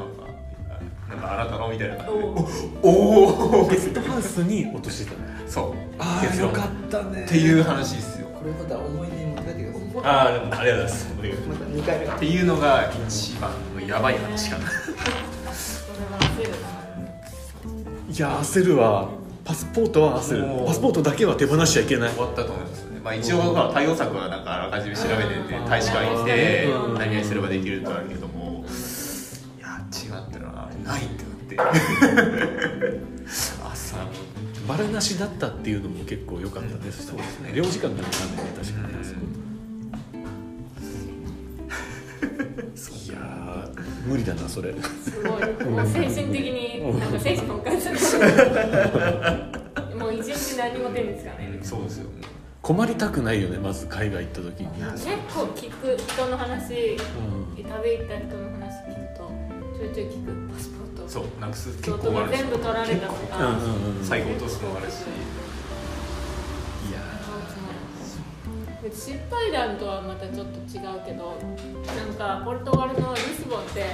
B: なんかあなたのみたいな感じで
C: おう
B: おお
A: ゲストハウスに落としてた
B: そう
F: ああ よかったね
B: っていう話ですよ
F: これまた思い出に持って帰ってください
B: ああでもありがとうございます
F: また2回目
B: っていうのが一番のやばい話かな
C: それは焦る
A: いや焦るわパスポートは焦
B: も
A: る
B: う
A: パスポートだけは手放しちゃいけない
B: 終わったと思いますね、まあ、一応ほら対応策はなんかあらかじめ調べてて大使館行って何々すればできるとあるけどもいや違ったなないってなって 朝
A: バラなしだったっていうのも結構良かったです、そうですね両時間でもかんないね確かに、 いやー無理だなそれ
C: すごいもう精神的になんか精神崩壊するもう一日何も手につかない
B: そうですよ
A: 困りたくないよねまず海外行った時に、
C: 結構聞く人の話旅行った人の話聞くとちょいちょい聞くパスポート
B: そうなくす結
C: パス
B: 構
C: ポート
B: 悪
C: が
B: い
C: 全部取られたと
A: うん
C: か
A: うんうん
B: 最後落とすのもあるし
A: いや
C: で失敗談とはまたちょっと違うけどなんかポルトガルのリスボンって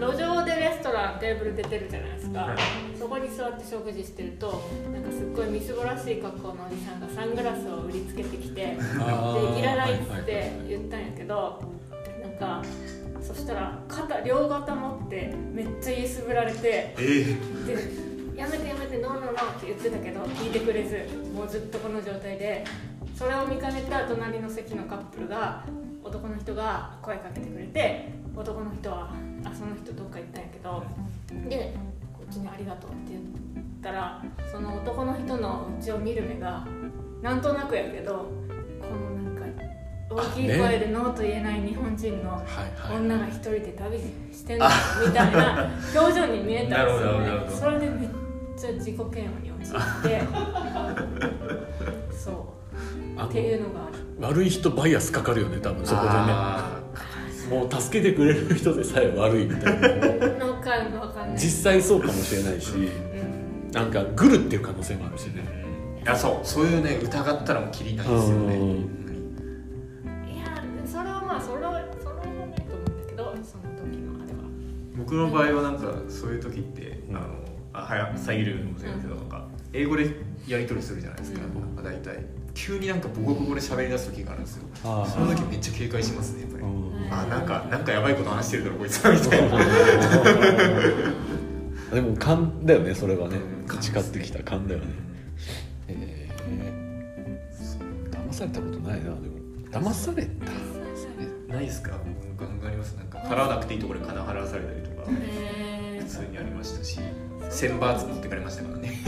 C: 路上でレストランテーブル出てるじゃないですか、そこに座って食事してるとなんかすっごいみすぼらしい格好のおじさんがサングラスを売りつけてきて
A: あー
C: でいらないっつ
A: はいは
C: っ
A: い
C: て言ったんやけどなんかそしたら肩両肩持ってめっちゃ揺すぶられてでやめてやめてノーノーノーって言ってたけど聞いてくれずもうずっとこの状態でそれを見かねた隣の席のカップルが男の人が声かけてくれて男の人はあその人どっか行ったんやけどでこっちに「ありがとう」って言ったらその男の人のうちを見る目がなんとなくやけどこのなんか大きい声でノーと言えない日本人の
A: はいはい
C: 女が一人で旅してんのみたいな表情に見えたんですよ
B: なるほ
C: ね
B: ど
C: それでめっちゃ自己嫌悪に陥 ってそう
A: あ
C: っていうのがある
A: 悪い人バイアスかかるよね多分そこで
B: あ
A: ねもう助けてくれる人でさえ悪いみたいな
C: なんかわかんない、
A: 実際そうかもしれないし
C: うん、
A: なんかグルっていう可能性もあるしね
B: ーいやそうそういうね疑ったらもうキリないですよね
A: うん
B: うん僕の場合はなんかそういう時って、あのあはや遮るのもそうやけどなんか英語でやり取りするじゃないですか、
C: うん
B: なんか大体急になんか母国語で喋り出す時があるんですよ
A: あー
B: その時めっちゃ警戒しますねやっぱり、
A: うん
B: あなんかなんかやばいこと話してるだろこいつはみたいな
A: でも勘だよねそれはね
B: 勘
A: 培ってきた勘だよねえー騙されたことないなでも騙された
B: ないですか僕もありますなんか払わなくていいところで金払わされたりとか
C: へ
B: 普通にありましたし1000バーツ持ってかれましたからね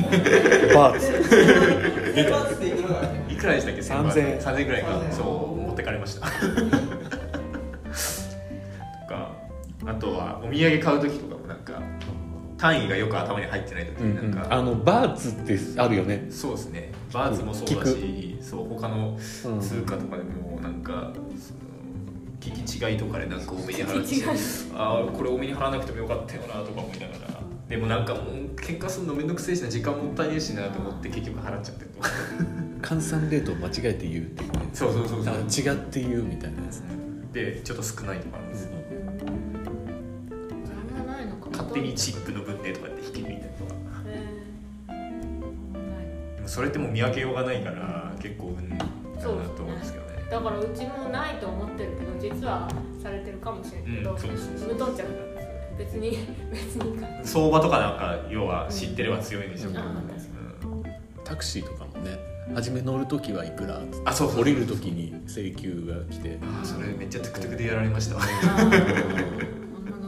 A: バーツ
E: 出発っていくのがね
B: いくらでしたっけ1000バーツ3000ぐらいかそう持ってかれました とかあとはお土産買う時とかもなんか単位がよく頭に入ってない時
A: うん
B: になん
A: うん
B: か、
A: あのバーツってあるよね
B: そうですねバーツもそうだしそう他
A: う
B: の
A: ん
B: 通貨とかでもなんか、その聞き違いとかでなんか多めに払っ
C: 聞き違い
B: てああこれ多めに払わなくてもよかったよなとか思いながらでもなんかもう喧嘩するのめんどくせえしな時間もったいねえしなと思って結局払っちゃってるとか
A: 換算レートを間違えて言うっていうね
B: そうそうそうそ
A: だから
B: う
A: 違って言うみたいなやつね
B: でちょっと少ないとかあるんですよ
C: えあんまないのか
B: 勝手にチップの分でとかって引き抜いたりとか
C: へーない
B: でもそれってもう見分けようがないから結構うんだなと
C: そう
B: 思
C: ですね
B: うんですけどね
C: だからうちもないと思ってるけど実はされてるかもしれないけど、
B: うんそうそうそう
C: 無頓着なんですよね別に 別にか
B: 相場とかなんか要は知ってれば強いんでしょうけどね、うん
A: タクシーとかもね初め乗る時はいくらっつって
B: あそうそう
A: 降りる時に請求が来て
B: あーそれめっちゃトゥクトゥクでやられました
C: あーあんま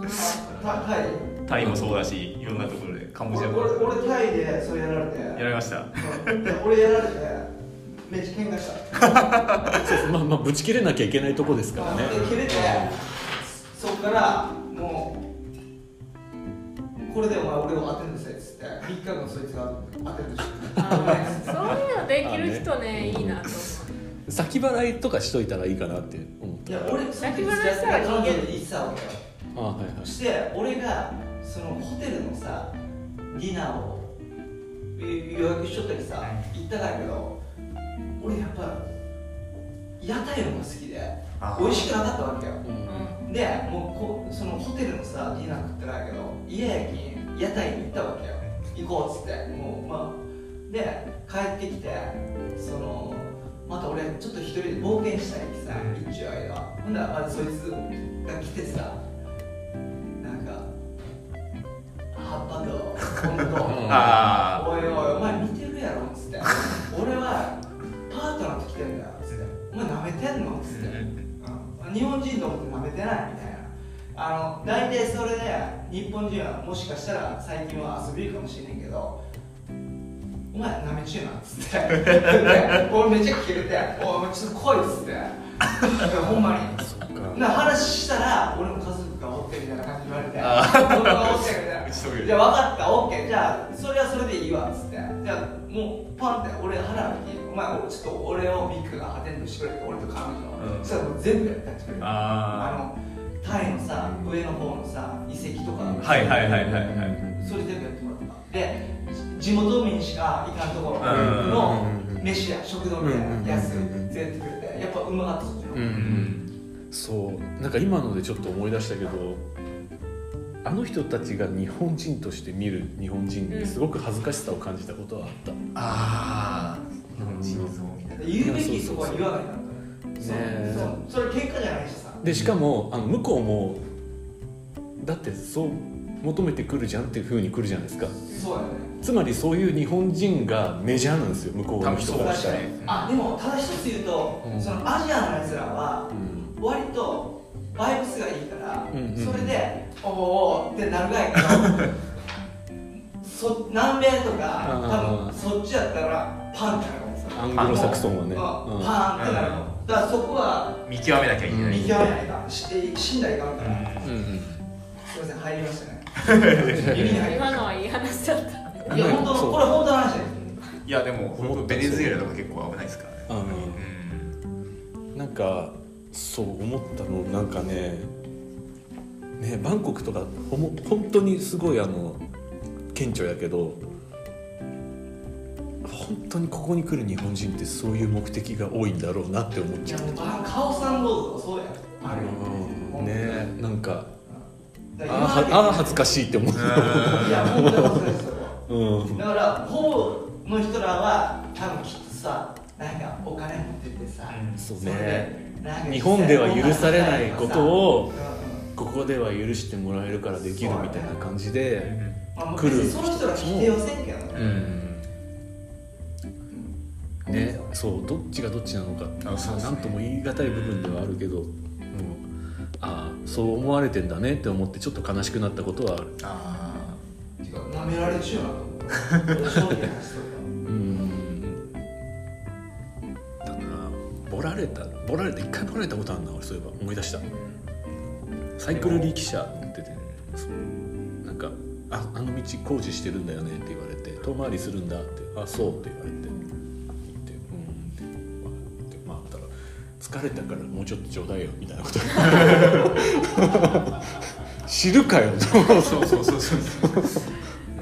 C: な
E: タイ
B: タイもそうだしいろんなところでカンボジ
E: 俺
B: アも
E: 俺俺タイでそれやられて
B: やられました
E: うんいや俺やられてめっちゃ喧嘩した
A: まあまあぶち切れなきゃいけないとこですからね
E: で切れてそっからもうこれでお前俺を当てるんですよっつって3日間そいつが当てるんですよ
C: あーそういうのできる人ねいいなと思
A: 先払いとかしといたらいいかなって思っ
E: い
A: た
E: や俺その
C: 先
E: 時
C: 払いしたら逃げる
E: 彼女に言ってたわけよ
A: あはいはい
E: そして俺がそのホテルのさディナーを予予約しとったりさ行ったんだけど俺やっぱ屋台のが好きで
B: あー
E: 美味しくなかったわけよ
C: う、うん
E: でもうこそのホテルのさディナー食ってないけど家やきに屋台に行ったわけよ行こうっつってもうまあで帰ってきてそのまた俺ちょっと一人で冒険したいってさ一応間ほんだらまたそいつが来てさなんか葉っぱと本当
B: あ
E: おいおいお前見てるやろっつって俺はパートナーと来てんだよっつってお前なめてんのっつって、うん日本人と思ってなめてないみたいなあの大体それで日本人はもしかしたら最近は遊びるかもしれんけどお前なめちゅうなっつってで俺めちゃくちゃ切れて「おいお前ちょっと来い」っつっていやほんまにな話したら俺も家族がおってみたいな感じで言われて僕がおってみたいな
B: 打ち解け
E: じゃ
B: る
E: あ分かった、オッケー、じゃあそれはそれでいいわっつって、じゃあもうパンって俺払うに、お前、ちょっと俺をミックがアテンドしてくれて、俺と彼女、
B: うん
E: そしたらもう全部やってくれる。
B: あ
E: あのタイのさ、上の方のさ、遺跡とか、
B: あはいはいはいはいはい
E: それ全部やってもらった。で、地元民しか行かんところの飯や食堂みたいなやつ全部やってくれて、やっぱうまかったっすよ。
A: うん
B: うん
A: そうなんか今のでちょっと思い出したけどあの人たちが日本人として見る日本人にすごく恥ずかしさを感じたことはあった、
B: ああ日本人像みたいな
E: 言うべきとこは言わないなんだそう
A: ね
E: そうそれ結果じゃないしさ。
A: でしかもあの向こうもだってそう求めてくるじゃんっていうふうに来るじゃないですか
E: そうやね。
A: つまりそういう日本人がメジャーなんですよ向こうの人
B: 多
A: から
B: 分
A: し
B: そ
A: た
B: う
A: ら
B: だね
E: あでもただ一つ言うと、
A: うん
E: そのアジアのやつらは
A: うん
E: 割とバイブスがいいから、
A: うんうん
E: それでおおおってなるがやけどそ南米と
A: あー
E: か多分そっちやったらパンってなるかもしれない
A: アングロサクソンはね、
E: うん
A: うん
E: パーンってなるかもだからそこは
B: 見極めなきゃいけない
E: 見極めないかんして死んだらいかんから、
A: うん
E: すいません入りましたね耳に入りま
C: 今
E: し
C: のはいい話だった
E: たいや本
A: そ
E: 当
A: う
E: これ本当の話だよ
B: いやでも本当ベネズエラとか結構危ないですからねうん
A: うん、なんかそう思ったのなんかねねバンコクとかほも本当にすごいあの顕著やけど本当にここに来る日本人ってそういう目的が多いんだろうなって思っ
E: い
A: ちゃ
E: や
A: う
E: もうあのカオサンロードとかそうやあるよ
A: ねなんか
E: だ
A: あ
E: から今まで
A: ーはあー恥ずかしいって思う
E: いや本当にそうですよ
A: うん
E: だからほぼの人らは多分きっとさなんかお金持っててさ、
A: そう
E: れ
A: ね
E: でなんか
A: 日本では許されないことを
E: うん
A: ここでは許してもらえるからできるみたいな感じで
E: まあもう
A: 来る
E: 別にその人ら否定をせんけどね
A: うんねそうどっちがどっちなのか
B: あそうですね
A: なんとも言い難い部分ではあるけど、うんああそう思われてんだねって思ってちょっと悲しくなったことはある
B: あ
E: てかなめられちゅうなと思う俺正直な話とか
A: うんだなボラれたボラれた一回ボラれたことあるな俺そういえば思い出したサイクル力車って言っててそうなんかあ「あの道工事してるんだよね」って言われて「遠回りするんだ」って「あそう」って言われて行って「うん」ってまあったら「疲れたからもうちょっとちょうだいよ」みたいなこと 知るかよ と
B: あそうそうそうそうい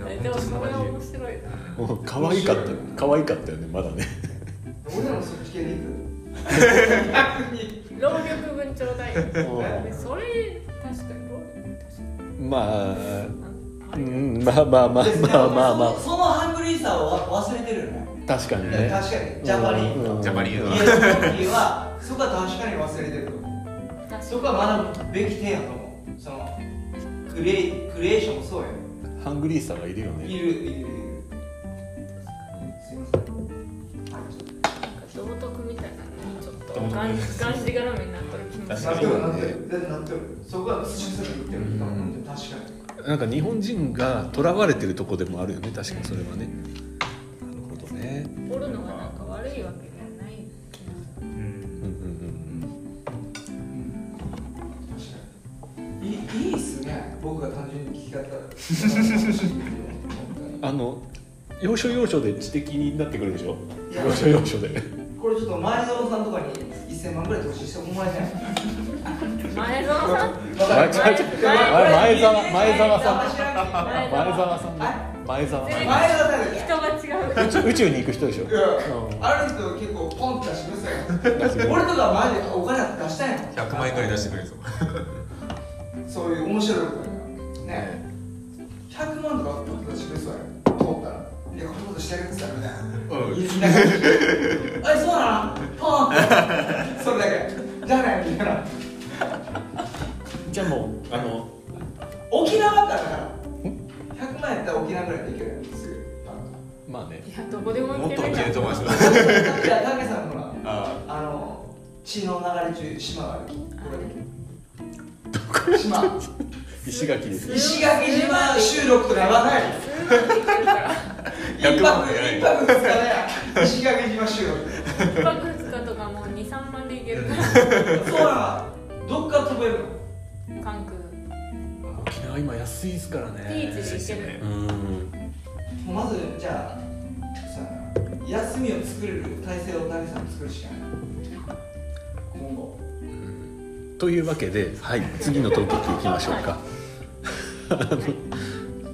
C: え
B: や
C: で
B: 本
C: も
B: 当そん
C: そ
B: な感
C: れは面白いな
A: 思う可愛かった可愛かったよねまだね
E: 俺らもそっち系でいく
C: 労力分ちょうだい
A: うん
C: それ確かに労力分確か
A: まあう
C: にあれ
A: んまあまあまあ
E: で
A: まあまあま
E: でもそのそのハングリーさをわ忘れてるよね
A: あ確かにね
E: 確かにジャパニー
A: うん
B: ジャパニー
E: イ
B: ズ
E: エ
B: うん
E: スの時はそこは確かに忘れてると思う
C: 確かに
E: そこはまだべき点やと思うそのクリエイクリエーションもそうよ
A: ハングリーさがいるよね
E: いるいるいるすいませんはいちょっと
C: なんか道徳みたいなのにちょっとがんがんじがらめになってる気もす
H: 確
E: な
H: か
E: っ
H: に
E: てるなってる全然なってるそこは先生が言ってるの本当に確かに
A: なんか日本人が囚われてるとこでもあるよね確かにそれはねなるほどね
C: るボルノがなんか悪いわけじゃない気
A: う
C: がする
A: んうん
E: 確かにいいいいっすね僕が単純に聞き方本
A: うんあの要所要所で知的になってくるでしょ
E: 当にいや
A: 要所要所 で
E: これちょっと前園さんとかに1000万ぐらい投資してお前じゃない
C: 前園さん
A: 前
C: 前
A: 前澤前澤さん
E: ん
A: 前澤さんね前澤
C: 前
A: さ
E: 前澤さんだよ
C: 人が違う
A: ん宇宙宇宙に行く人でしょ
E: うんある人結構ポンって出してくれたよ俺とかマジでお金出したいの
B: じ100万円ぐらい出してくれるぞ
E: そういう面白いことだよね100万とかポンって出してくれそうやと思ったらいやこんなことしてあげてたみたいな 言い過ぎな感じあそうなのポンって それだけじゃあねみたいな
A: じゃあもうあの
E: 沖縄だったから100万やったら沖縄ぐらいできるやんすぐパン
A: まあね
C: いやどこでも
B: もっ
C: 行け
B: と
C: る
B: いけると思いますよ
E: といやタケさんほら
B: あ
E: あの血の流れ中島があるこれ島
A: 石垣です
E: 石垣島収録とかやばない一
B: 100万
E: 泊
B: もいらない
E: 一泊二日で石垣島収 録
C: 一泊二日とかもう二三万で行けるから
E: そうなのどっから飛べるの
C: 関空
A: 沖縄今安いですからね
C: ピーチで行ける
A: うん
E: もうまずじゃあさ休みを作れる体制をタケさん作るしかない今後
A: というわけで、はい、次のトピックいきましょうか あの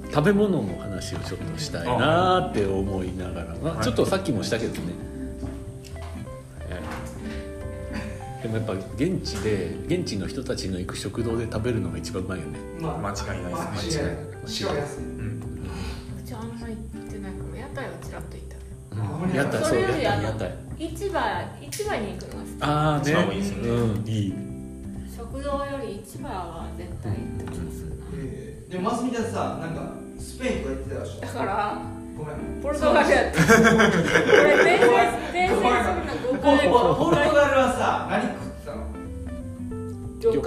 A: 食べ物の話をちょっとしたいなーって思いながら、まあ、ちょっとさっきもしたけどね、ええでもやっぱ現地で現地の人たちの行く食堂で食べるのが一番うまいよね
E: ま
B: 間違いない
E: 間
B: ですね
E: 違いないしかも安い
C: うちあんま行ってないから屋台はちらっと行ったけ
A: うん屋台
C: そ
A: そう
C: れ
A: 屋
C: より
A: 台屋台
C: ど市場市場に行くのが好き
A: ああね
H: 一番いいですよね
A: うん、いい
C: 食堂より市場は絶対行った気がするな
E: えーでもマスミちゃんさなんかスペインとか行ってたでし
C: だ
E: ょ
C: から
E: ごめん
C: ポルトガルやってこれ全然全然そんな誤
E: ポル
C: 解
E: ポルトガルはさ何食ってたの
C: 魚介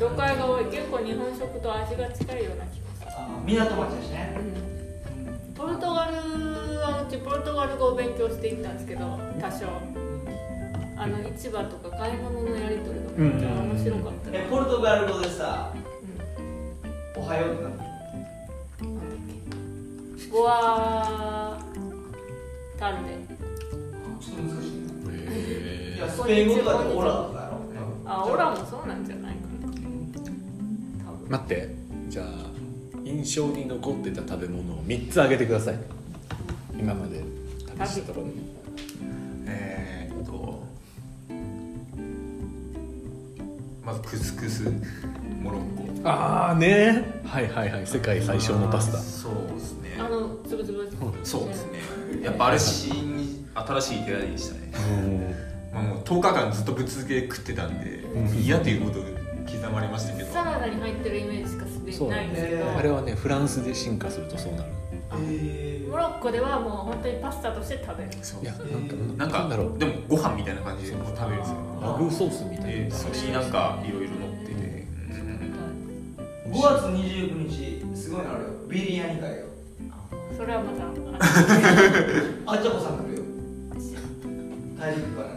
C: 魚介が多い結構日本食と味が近いような気がする
E: あ港町だしね
C: ポルトガルはうちポルトガル語を勉強していったんですけど多少あの市場とか買い物のやり取りがめっちゃ面白かったな
E: えポルトガル語でさ「おはよう」ってなって
C: うんなんだっけゴアタルデ
E: ちょっと難しいな
A: へ
E: い
A: ー
E: やスペイン語とかでオラとかやろ
C: あオラもそうなんじゃないかな多分
A: 待ってじゃあ印象に残ってた食べ物を3つ挙げてください今まで旅したところで
B: えーっとまずはクスクスモロッコ
A: ああねはいはいはい世界最小のパスタ
B: そうですね
C: あのつぶつぶ
B: そうですねやっぱあれ新新しい出会いでしたね、
A: うん
B: まあ、もう10日間ずっとぶつけ食ってたんで
A: ん
B: 嫌ということ刻まれましたけど
C: サラダに入ってるイメージしかすで
A: そう
C: にないんですけど、
F: そう
A: あれはねフランスで進化するとそうなる
C: モロッコではもう本当にパスタとして食べる
B: そう
A: いやなんか
B: な
A: な
B: ん
A: んだろ
B: か
A: う
B: でもご飯みたいな感じでこう食べるんですよ
A: ラグーソースみたい
B: で
A: な
B: それになんかいろいろ乗ってて、うん
F: 5月29日すごいのあるよビリヤニ会よ
C: それはまた
F: あっちゃこさん来るよ大陸から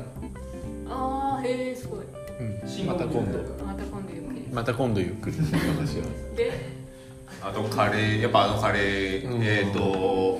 C: ああーへえすごい
A: うんまた今度
C: また今度ゆっくり
A: また今度ゆっくり話を
C: で
B: あとカレーやっぱあのカレー、
A: うん
B: えっ、と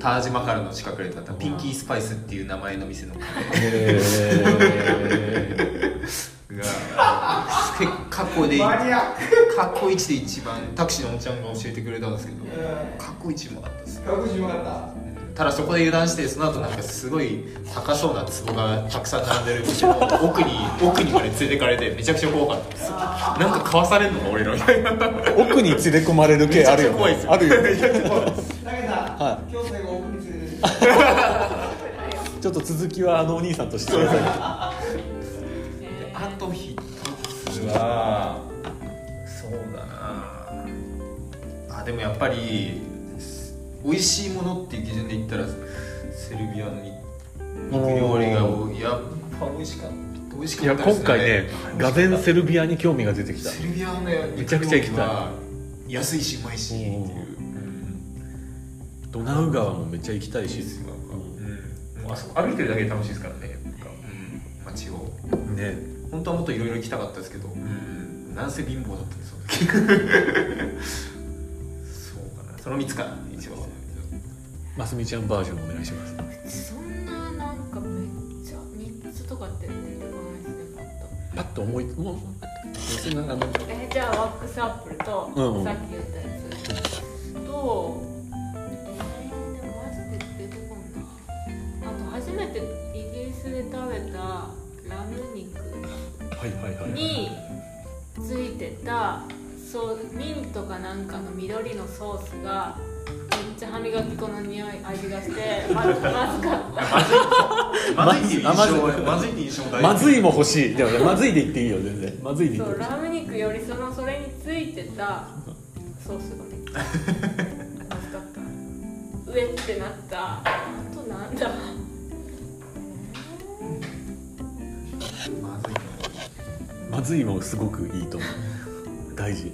B: タージマハルの近くで建ったピンキースパイスっていう名前の店のカレ
A: へ
B: ーが過去で
F: マニアッ
B: 過去一で一番タクシーのおっちゃんが教えてくれたんですけど
F: ク
B: 過去一もあったです
F: 隠しまった
B: ただそこで油断してその後なんかすごい高そうな壺がたくさん並んでる店の奥に奥にまで連れてかれてめちゃくちゃ怖かったですなんか買わされんのか俺らみたいな
A: ー奥に連れ込まれる系あるよ、ね、
B: めちゃくちゃ
A: あるよ、ね、
F: だけど
A: は
F: 今日最後奥に連れてる
A: ちょっと続きはあのお兄さんとしてくださ
C: え
B: あと一つはそうだなあでもやっぱり美味しいものっていう基準で言ったらセルビアの肉料理がおやっぱ美味しかった美味し
A: いい
B: か
A: や
B: ったで
A: 今
B: すね
A: 回ねがぜんセルビアに興味が出てきた
B: セルビアのね
A: めちゃくちゃ行きたい
B: 肉料理は安いしうまいしっていう、うん
A: ドナウ川もめっちゃ行きたいし
B: うんもうあそこ歩いてるだけで楽しいですからねなんか、うん、街を
A: ね
B: 本当はもっといろいろ行きたかったですけど、うん、なんせ貧乏だったんですよそうかなその3つかな一応
A: ますみちゃんバージョンお願いします
C: ーそんななんかめっちゃ3つとかって出てこないですね
A: パッと思いもうそんなあの
C: パッとえじゃあワックスアップルと、
A: うんうん
C: さっき言ったやつとえー、でもマジで出てこないあと初めてイギリスで食べたラム肉
A: はいはいはい
C: についてたそうミントかなんかの緑のソースがめっちゃ歯磨き粉の匂い味がしてままずかった
B: まずいっていう印象
A: まず
B: まずいっていう印象も大事
A: まずいも欲しいでもまずいで言っていいよ全然まずいで言
C: そ
A: って
C: う
A: いい
C: ラム肉よりそのそれについてたソースがめっちゃまずかった上ってなったあとなんだ
B: まずい
A: まずいもすごくいいと思う大事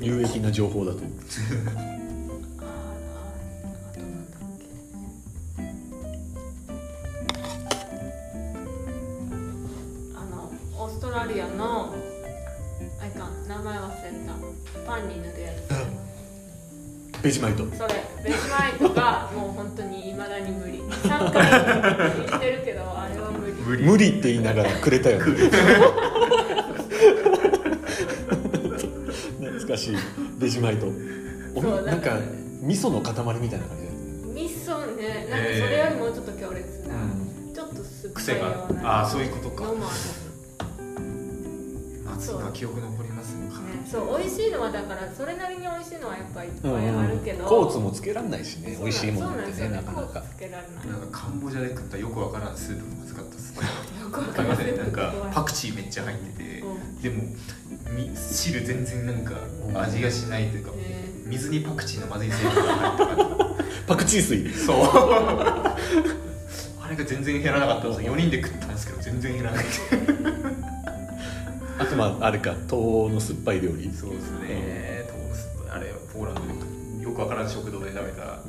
A: 有益な情報だと思う
C: あーあとなんだっけあのオーストラリアのあいかん名前忘れたパンに塗るや
A: ベジマイト
C: つそれベジマイトがもう本当にいまだに無理3回言ってるけどあれは無理
B: 無理
A: 無理って言いながらくれたよね懐かしいベジマイトお
C: そう
A: な
C: なんん
A: か
C: か
A: 味噌の塊みたいな感じだよね
C: 味噌ねなんかそれよりもうちょっと強烈な、ちょっと酸っぱ
B: 癖
C: いよ
B: が
C: う
B: あ
C: な
B: あそういうことか
C: のもある
B: 夏が記憶残りますのか
C: ねそう美味しいのはだからそれなりに美味しいのはやっぱいっぱいあるけど、
A: コーツもつけらんないしね美味しいもの
C: そう
A: っ
C: んで
A: て
C: すよ
A: ねなかな
C: コー
A: か
C: ツつけられない
B: なんかカンボジアで食ったよくわからんスープもまずかったですね
C: よくわ
B: わか
C: かり
B: り
C: ま
B: ま
C: せ
B: せ
C: ん
B: んなんかパ
C: ク
B: クチーめっちゃ入っててでもみ汁全然なんか味がしないというか
C: え
B: 水にパクチーのまずい成分が入ってたから
A: パクチー水
B: そうあれが全然減らなかったんですよ4人で食ったんですけど全然減らなくて
A: あとまああれか東欧の酸っぱい料理
B: そうですねトースあれポーランドでよくわからん食堂で食べた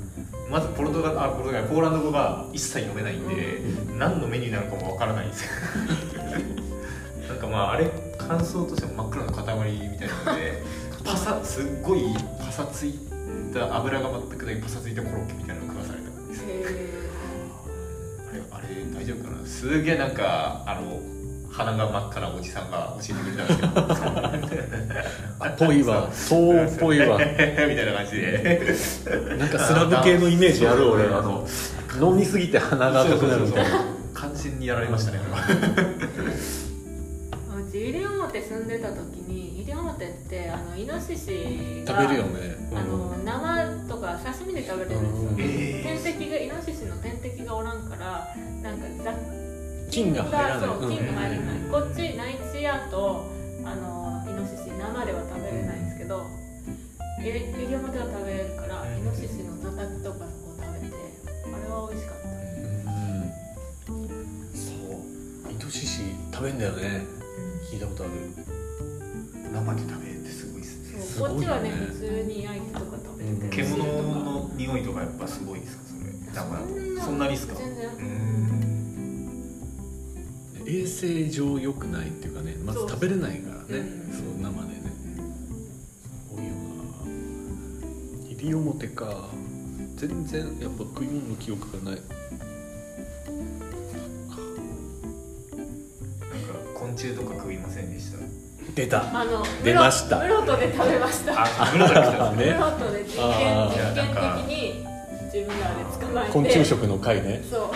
B: まずポルトガルあポルトガルポーランド語が一切飲めないんで何のメニューなのかもわからないん ですよなんかまああれ感想としても真っ黒の塊みたいなの でパサすっごいパサついた油が全くないパサついたコロッケみたいなのを食わされたんですあれあれ大丈夫かなすげえなんかあの鼻が真っ赤なおじさんが教えてくれたんですけど
A: あっぽいわ東欧っぽいわ
B: みたいな感じで
A: なんかスラブ系のイメージある俺あの飲みすぎて鼻が赤くなるみたいな
B: そうそうそうそう完全にやられましたね俺は
C: うち西表住んでた時に西表ってあのイノシシが
A: 食べるよね、うん
C: あの生とか刺身で食べれるんですよ、
B: ええ
C: 天敵がイノシシの天敵がおらんからなんか雑
A: 菌が入らない
C: そう
A: うん
C: 菌が入らない、こっち内地やとあのイノシシ生では食べれないんですけどえ西表は食べれるからイノシシのたたきとかを食べてあれは美味しかった
A: そうイノシシ食べんだよね聞いたことある
B: 生で食べるってすごいですね
C: そう
A: すごいよね
C: こっちはね普通に焼いてとか食べてたりする
B: 獣
C: とか
B: の匂いとかやっぱすごいですかそれだからそんなにですか
C: 全然
B: うん
A: 衛生上良くないっていうかねまず
C: そう
A: 食べれないからねそう
C: うん
A: 生でね多いよな西表か全然やっぱ食い物の記憶がない
B: なんか昆虫とか食いませんでした
A: 出た
C: あの
A: 出ました
C: ブロブロトで食べました
B: あ、室崎さん
C: ブ
A: ね
C: ロトで実験
A: あー
C: 実験的に自分らで捕まえて
A: 昆虫食の回ね
C: そう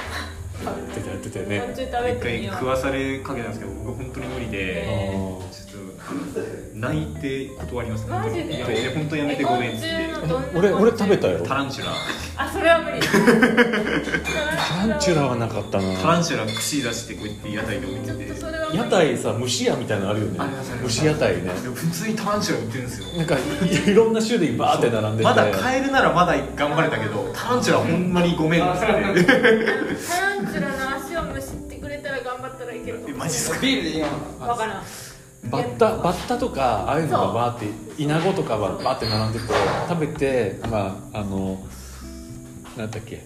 C: 食べ
A: 出たやってたよ
C: て昆
A: ね
C: 虫食べ
B: 一
C: て
B: 回
C: みよ
B: 食
C: う
B: わされかけたんですけど僕本当に無理
A: あ
B: で
C: え
A: ー
B: ちょっと泣いて断りました
C: マジで
B: いや俺本当やめてごめんっつって
C: え昆虫のどんな昆虫
A: 俺俺食べたよ
B: タランチュラ
C: あそれは無理
A: タ
C: タ
A: ランチュラはなかった
B: タラ
A: な
B: ンチュラ串出してこうやって屋台で置いて
C: ちょってとそれは無理
A: 屋台さ虫屋みたいなのあるよね
B: ありますあります
A: 虫屋台ね
B: 普通にタランチュラ売ってるんですよ
A: なんかい ろんな種類バーって並んでて
B: まだ買えるならまだ頑張れたけどタランチュラほんまにごめんっつって
C: タランチュラの足をむしってくれたら頑張ったらいけるかも
B: えマジっすか
F: ビールでいいよ
C: わからん
A: バッタバッタとかああいうのがバーってイナゴとかはバーって並んでて食べてまああのなんだっけ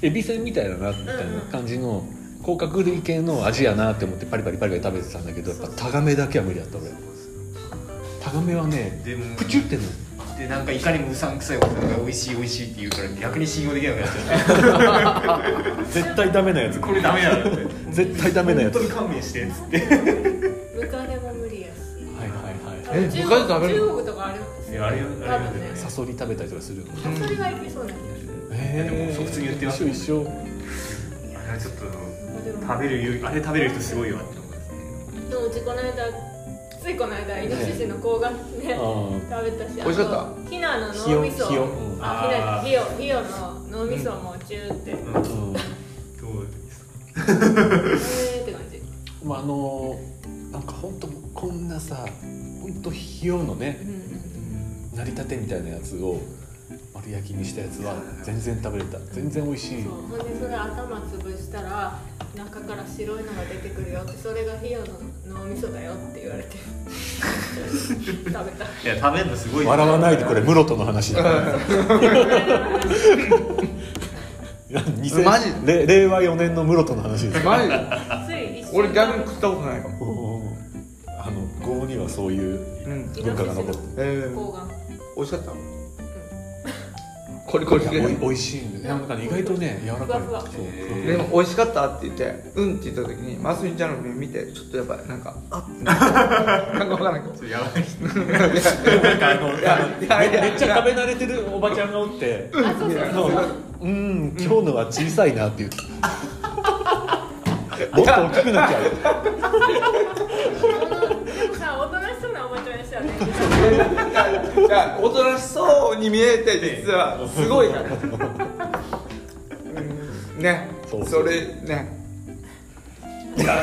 A: エビせんみたいだなみたいな感じの甲殻類系の味やなって思ってパリパリパリパリ食べてたんだけどやっぱタガメだけは無理だった俺タガメはね
B: でも
A: プチュってんの
B: でなんかいかにもうさんくさいおじさんが美味しい美味しいって言うから逆に信用できなくなっちゃって
A: 絶対ダメなやつ
B: これダメだよって
A: 絶対ダメなやつ
B: 本当に勘弁してっつって
C: ムカデも無理やし
A: はいはいはい
C: 中
F: ムカデ食べ
C: 国
F: る
C: 中国とかあるんです
B: いやあれよあ
C: 多
B: れよ
C: 分ね
A: サソリ食べたりとかするの
C: それがいけそうな気がする
A: へ
B: でも即通に言ってます
A: 一緒一緒
B: あれちょっと
C: でも
B: 食べる勇気あれ食べる人すごいわって思いますね
C: でもうちこの間ついこの間イノシシの甲がね
A: あ
C: 食べたし
F: 美味しか
C: ったヒナの
A: ひ
C: 脳
A: よ
C: みそ
A: ひようん
C: あ
B: あー
C: ヒナヒヨヒヨの脳みそもチューって、え
B: うんど
A: うん
B: うですか
C: ーって感じ
A: まああのなんか本当こんなさ本当ひよのね
C: うん
A: 成り立てみたいなやつを丸焼きにしたやつは全然食べれた全然美味しい
C: そうほんでそれ頭潰したら中から白いのが出てくるよってそれがヒヨの脳みそだよって言われ て食べた
B: いや食べるのすごい
A: 笑わないでこれ室戸の話だから2000
F: マジ
A: れ令和4年の室戸の話です
F: マジ
C: つい一瞬
F: 俺逆に食ったことないか
A: う
F: も
A: んあの郷にはそういう
F: うん
A: 文化が残ってる
F: えー、
C: 抗がん
F: 美味しかったコリコリ
A: い
F: 系
A: やおい美味しいんだよいやなんかね意外とね柔らかい
C: ふわふわ
A: そう
F: でも美味しかったって言ってうんって言った時にマスミちゃんの目見てちょっとやっぱなんかあってなったなんかわから んけど
B: ちょっとやばい
A: いや
F: いやいや
A: めっちゃ食べ慣れてるおばちゃんがおって
C: あそうそうそう
A: うん、今日のは小さいなっていう。もっと大きくなっちゃう。
C: でもさおとなしそうなおばちゃんでしたよね
F: いやおとなしそうに見えて実はすごいからうんね
A: そう
F: それね
A: いや、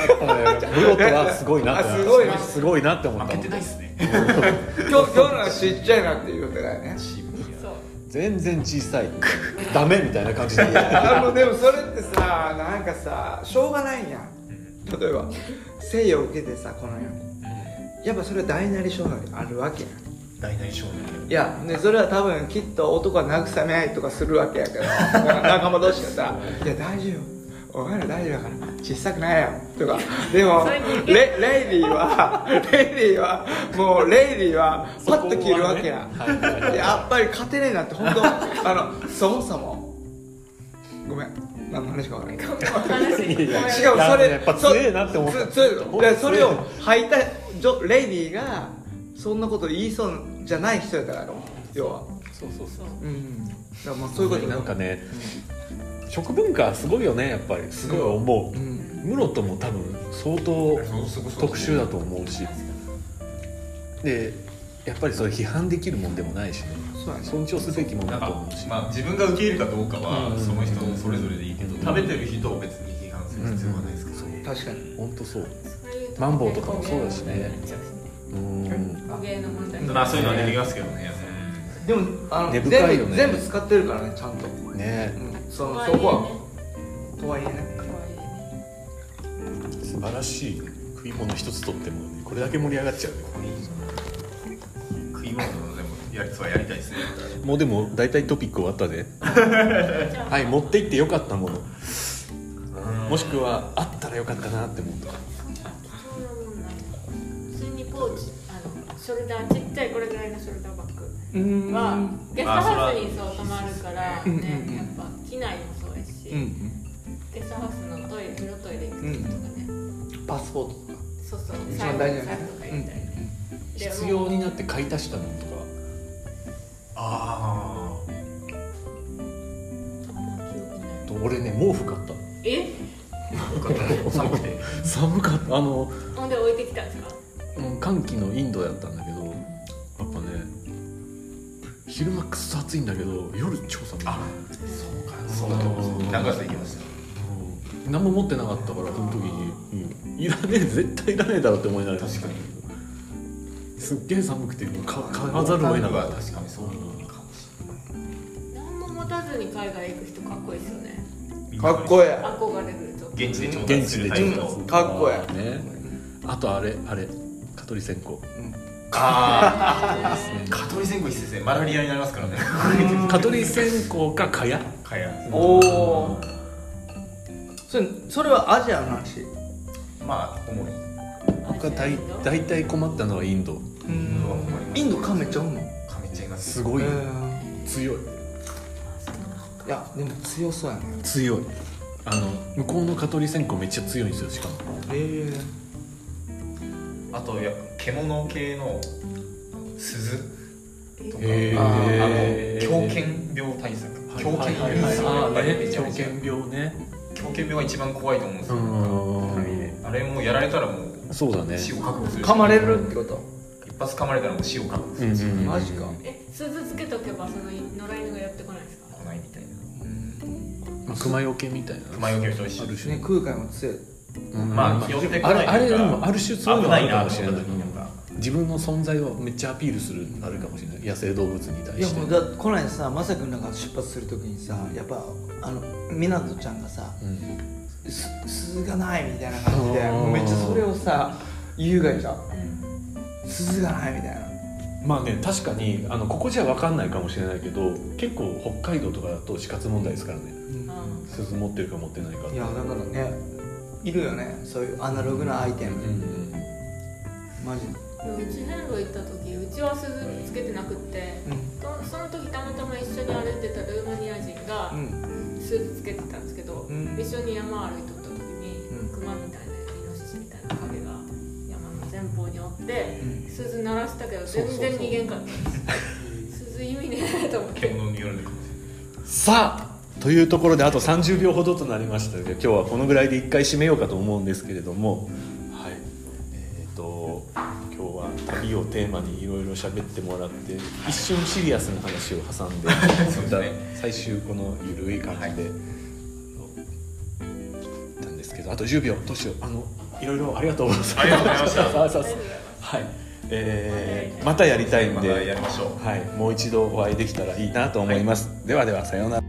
A: ムロトはすごいなって。
F: あすごいな
A: すごいなって思っ
B: 負
A: た
B: け。てないっすね
F: 今日今日のはちっちゃいなって言うてないね
C: そう
A: 全然小さい。ダメみたいな感じで。
F: あのでもそれってさなんかさしょうがないやん例えば西洋受けてさこの世にやっぱそれは大なり小なりあるわけやん
B: 大内少
F: いや、ね、それは多分きっと男は慰め合いとかするわけやか らだから仲間同士がさ「いや大丈夫お前ら大丈夫だから小さくないよ」とかでも
C: それに
F: レレイリーはレイリーはもうレイリーはパッと切るわけや、
A: そこはねはいはい
F: でやっぱり勝てねえなって本当 あのそもそもごめん何の話か分からない
C: お話
A: いやいや
F: しかもそれ
A: やっぱ強えなって思った
F: そそでそれを吐いたじょレイリーがそんなこと言いそうじゃない人やから要は
A: そうそうそう。
F: うんだからまあそういうこと
A: なんかね。食文化すごいよねやっぱりすごい思う
F: うん
A: 室戸も多分相当特殊だと思うしでやっぱりそれ批判できるもんでもないしね
F: そうやね
A: 尊重すべきもの
B: なん
A: だと
B: か
A: 思うし、
B: まあ、自分が受け入れるかどうかは、
A: うん
B: その人それぞれでいいけど、
A: うん
B: 食べてる人を別に批判する必要はないですからね、
F: 確かに
A: 本当そう
C: そう
A: マンボウとかもそうだしねうん
C: お芸の問題
B: まあそういうのは出てきますけどね、
F: でもあの
A: 根
F: 全
A: 深いよ
F: 部
A: ね
F: 全部使ってるからねちゃんと、
A: ね
F: うん、その
C: 怖い
F: そ
C: よね
F: こはとはいえね
C: 怖いよね
A: 素晴らしい食い物一つとっても、ね、これだけ盛り上がっちゃうね
B: 食い物のでもやりつはやりたいですね
A: もうでも大体トピック終わったではい持って行ってよかったものもしくはあったらよかったなって思うとか
C: そんなもんない普通にポーチあのショルダーちっちゃいこれぐらいのショルダーバッグ
F: うん
C: はゲストハウスにそう泊まるからねやっぱ機内もそうやし、
F: うん
C: ゲストハウスのトイレ風呂トイレ行く時とかね、
F: パスポートとか
C: そうそう
F: 一
C: 最
F: 番
C: 後
F: 大事
C: の
F: だ
C: 最
F: ね
C: 後とか行ったりね、で
A: 必要になって買い足したものとか
B: あ
C: あんま記憶にない
A: あと俺ね毛布買った
C: え
B: あ寒くて
A: 寒かったあの、
C: ほんで置いてきたんですか
A: うん、寒気のインドやったんだけどやっぱね昼間くっそ暑いんだけど夜超寒い
B: そうだと思う長さ行きました
A: うん何も持ってなかったからその時に、うんいらねえ絶対いらねえだろって思いながら
B: 確か
A: すっげえ寒くてか買わざるを得なか
B: は
A: った
B: 確かにそうかもし
C: 何も持たずに海外行く人かっこいいですよね
B: れない
F: かっこええ
C: 憧れると
B: 現地で調達
A: 現
B: す
A: 地で
B: る
A: 調
B: タイプ
A: 達
B: の
A: する
F: かっこえ
A: ねあとあれあれ蚊取り線香
B: あ
C: え
B: あ蚊取り線香一先生マラリアになりますからね
A: 蚊取り線香か蚊帳
B: 蚊や
F: おおそれそれはアジアの話
B: まあ主に
C: ー
A: 僕は大大体困ったのはインド
F: インドカメちゃうの
B: 蚊めっちゃいます
A: すごいよ
F: え
A: 強い
F: ーいやでも強そうやね
A: 強いあの向こうの蚊取り線香めっちゃ強いんですよしかも
F: え
B: あとや獣系の鈴
A: へ
B: あーあの
A: え
B: 狂犬病対策狂犬
A: はいはい
B: 病
A: はいあーね
B: めちゃ
A: 狂
B: めちゃ
A: 犬病ね
B: 狂犬病が一番怖いと思うんです
A: う
B: よ
A: ん
B: あれもやられたらもう
A: そうだね
B: 死を覚悟す
F: ー
B: る
F: 噛まれるってこと
B: 一発噛まれたらもう死を覚悟するし
A: うんうん
F: マジか
C: え鈴つけとけばその野良犬がやってこないですか
B: 来ないみたいな
A: まあ熊よけみたいな
B: 熊よけと一緒
A: ある種
F: ね空海も強い
A: うん
B: まあ寄ってこ
A: あ
B: な
A: れ
B: いとか
A: あれでもある種そういう
B: 危
A: のはあ
B: ない
A: るか
B: な
A: も
B: と
A: しれ
B: 思っ
A: な
B: た
A: い
B: 時になんか
A: 自分の存在をめっちゃアピールするあるかもしれない野生動物に
F: い
A: 対
F: や
A: して
F: もうだってこないさまさくんなんか出発するときにさやっぱあの湊ちゃんがさ
A: うん
F: 「す鈴がない」みたいな感じで
A: あー
F: もうめっちゃそれをさ優雅にさ
C: うん
F: 「鈴がない」みたいな
A: まあね確かにあのここじゃ分かんないかもしれないけど結構北海道とかだと死活問題ですからね
C: うん
A: 鈴持ってるか持ってないか
F: いやだからねいるよねそういうアナログなアイテ
A: う
F: ム
A: ん
F: マジで
C: うち遍路行った時うちは鈴つけてなくってとその時たまたま一緒に歩いてたルーマニア人が
F: うんうん
C: 鈴つけてたんですけど、
F: うん
C: 一緒に山歩いとった時に、
F: うん
C: 熊みたいなイノシシみたいな影が山の前方におって、
F: うん
C: 鈴鳴らしたけど全然逃げんかったんです 鈴意味ねえと思って
B: 獣によるのかもし
A: さあというところであと30秒ほどとなりましたので今日はこのぐらいで一回締めようかと思うんですけれどもはいえっ、と今日は旅をテーマにいろいろ喋ってもらって一瞬シリアスな話を挟んで
B: そうですね
A: また最終このゆるい感じで。いったんですけどあと10秒どうしようあのいろいろありがとうございました
B: ありがとうございました
A: さあさあさあはいえーまたやりたい
B: れ
A: ん
B: ないま
A: で
B: たやりましょう
A: はい、もう一度お会いできたらいいなと思います。ではでは、さようなら。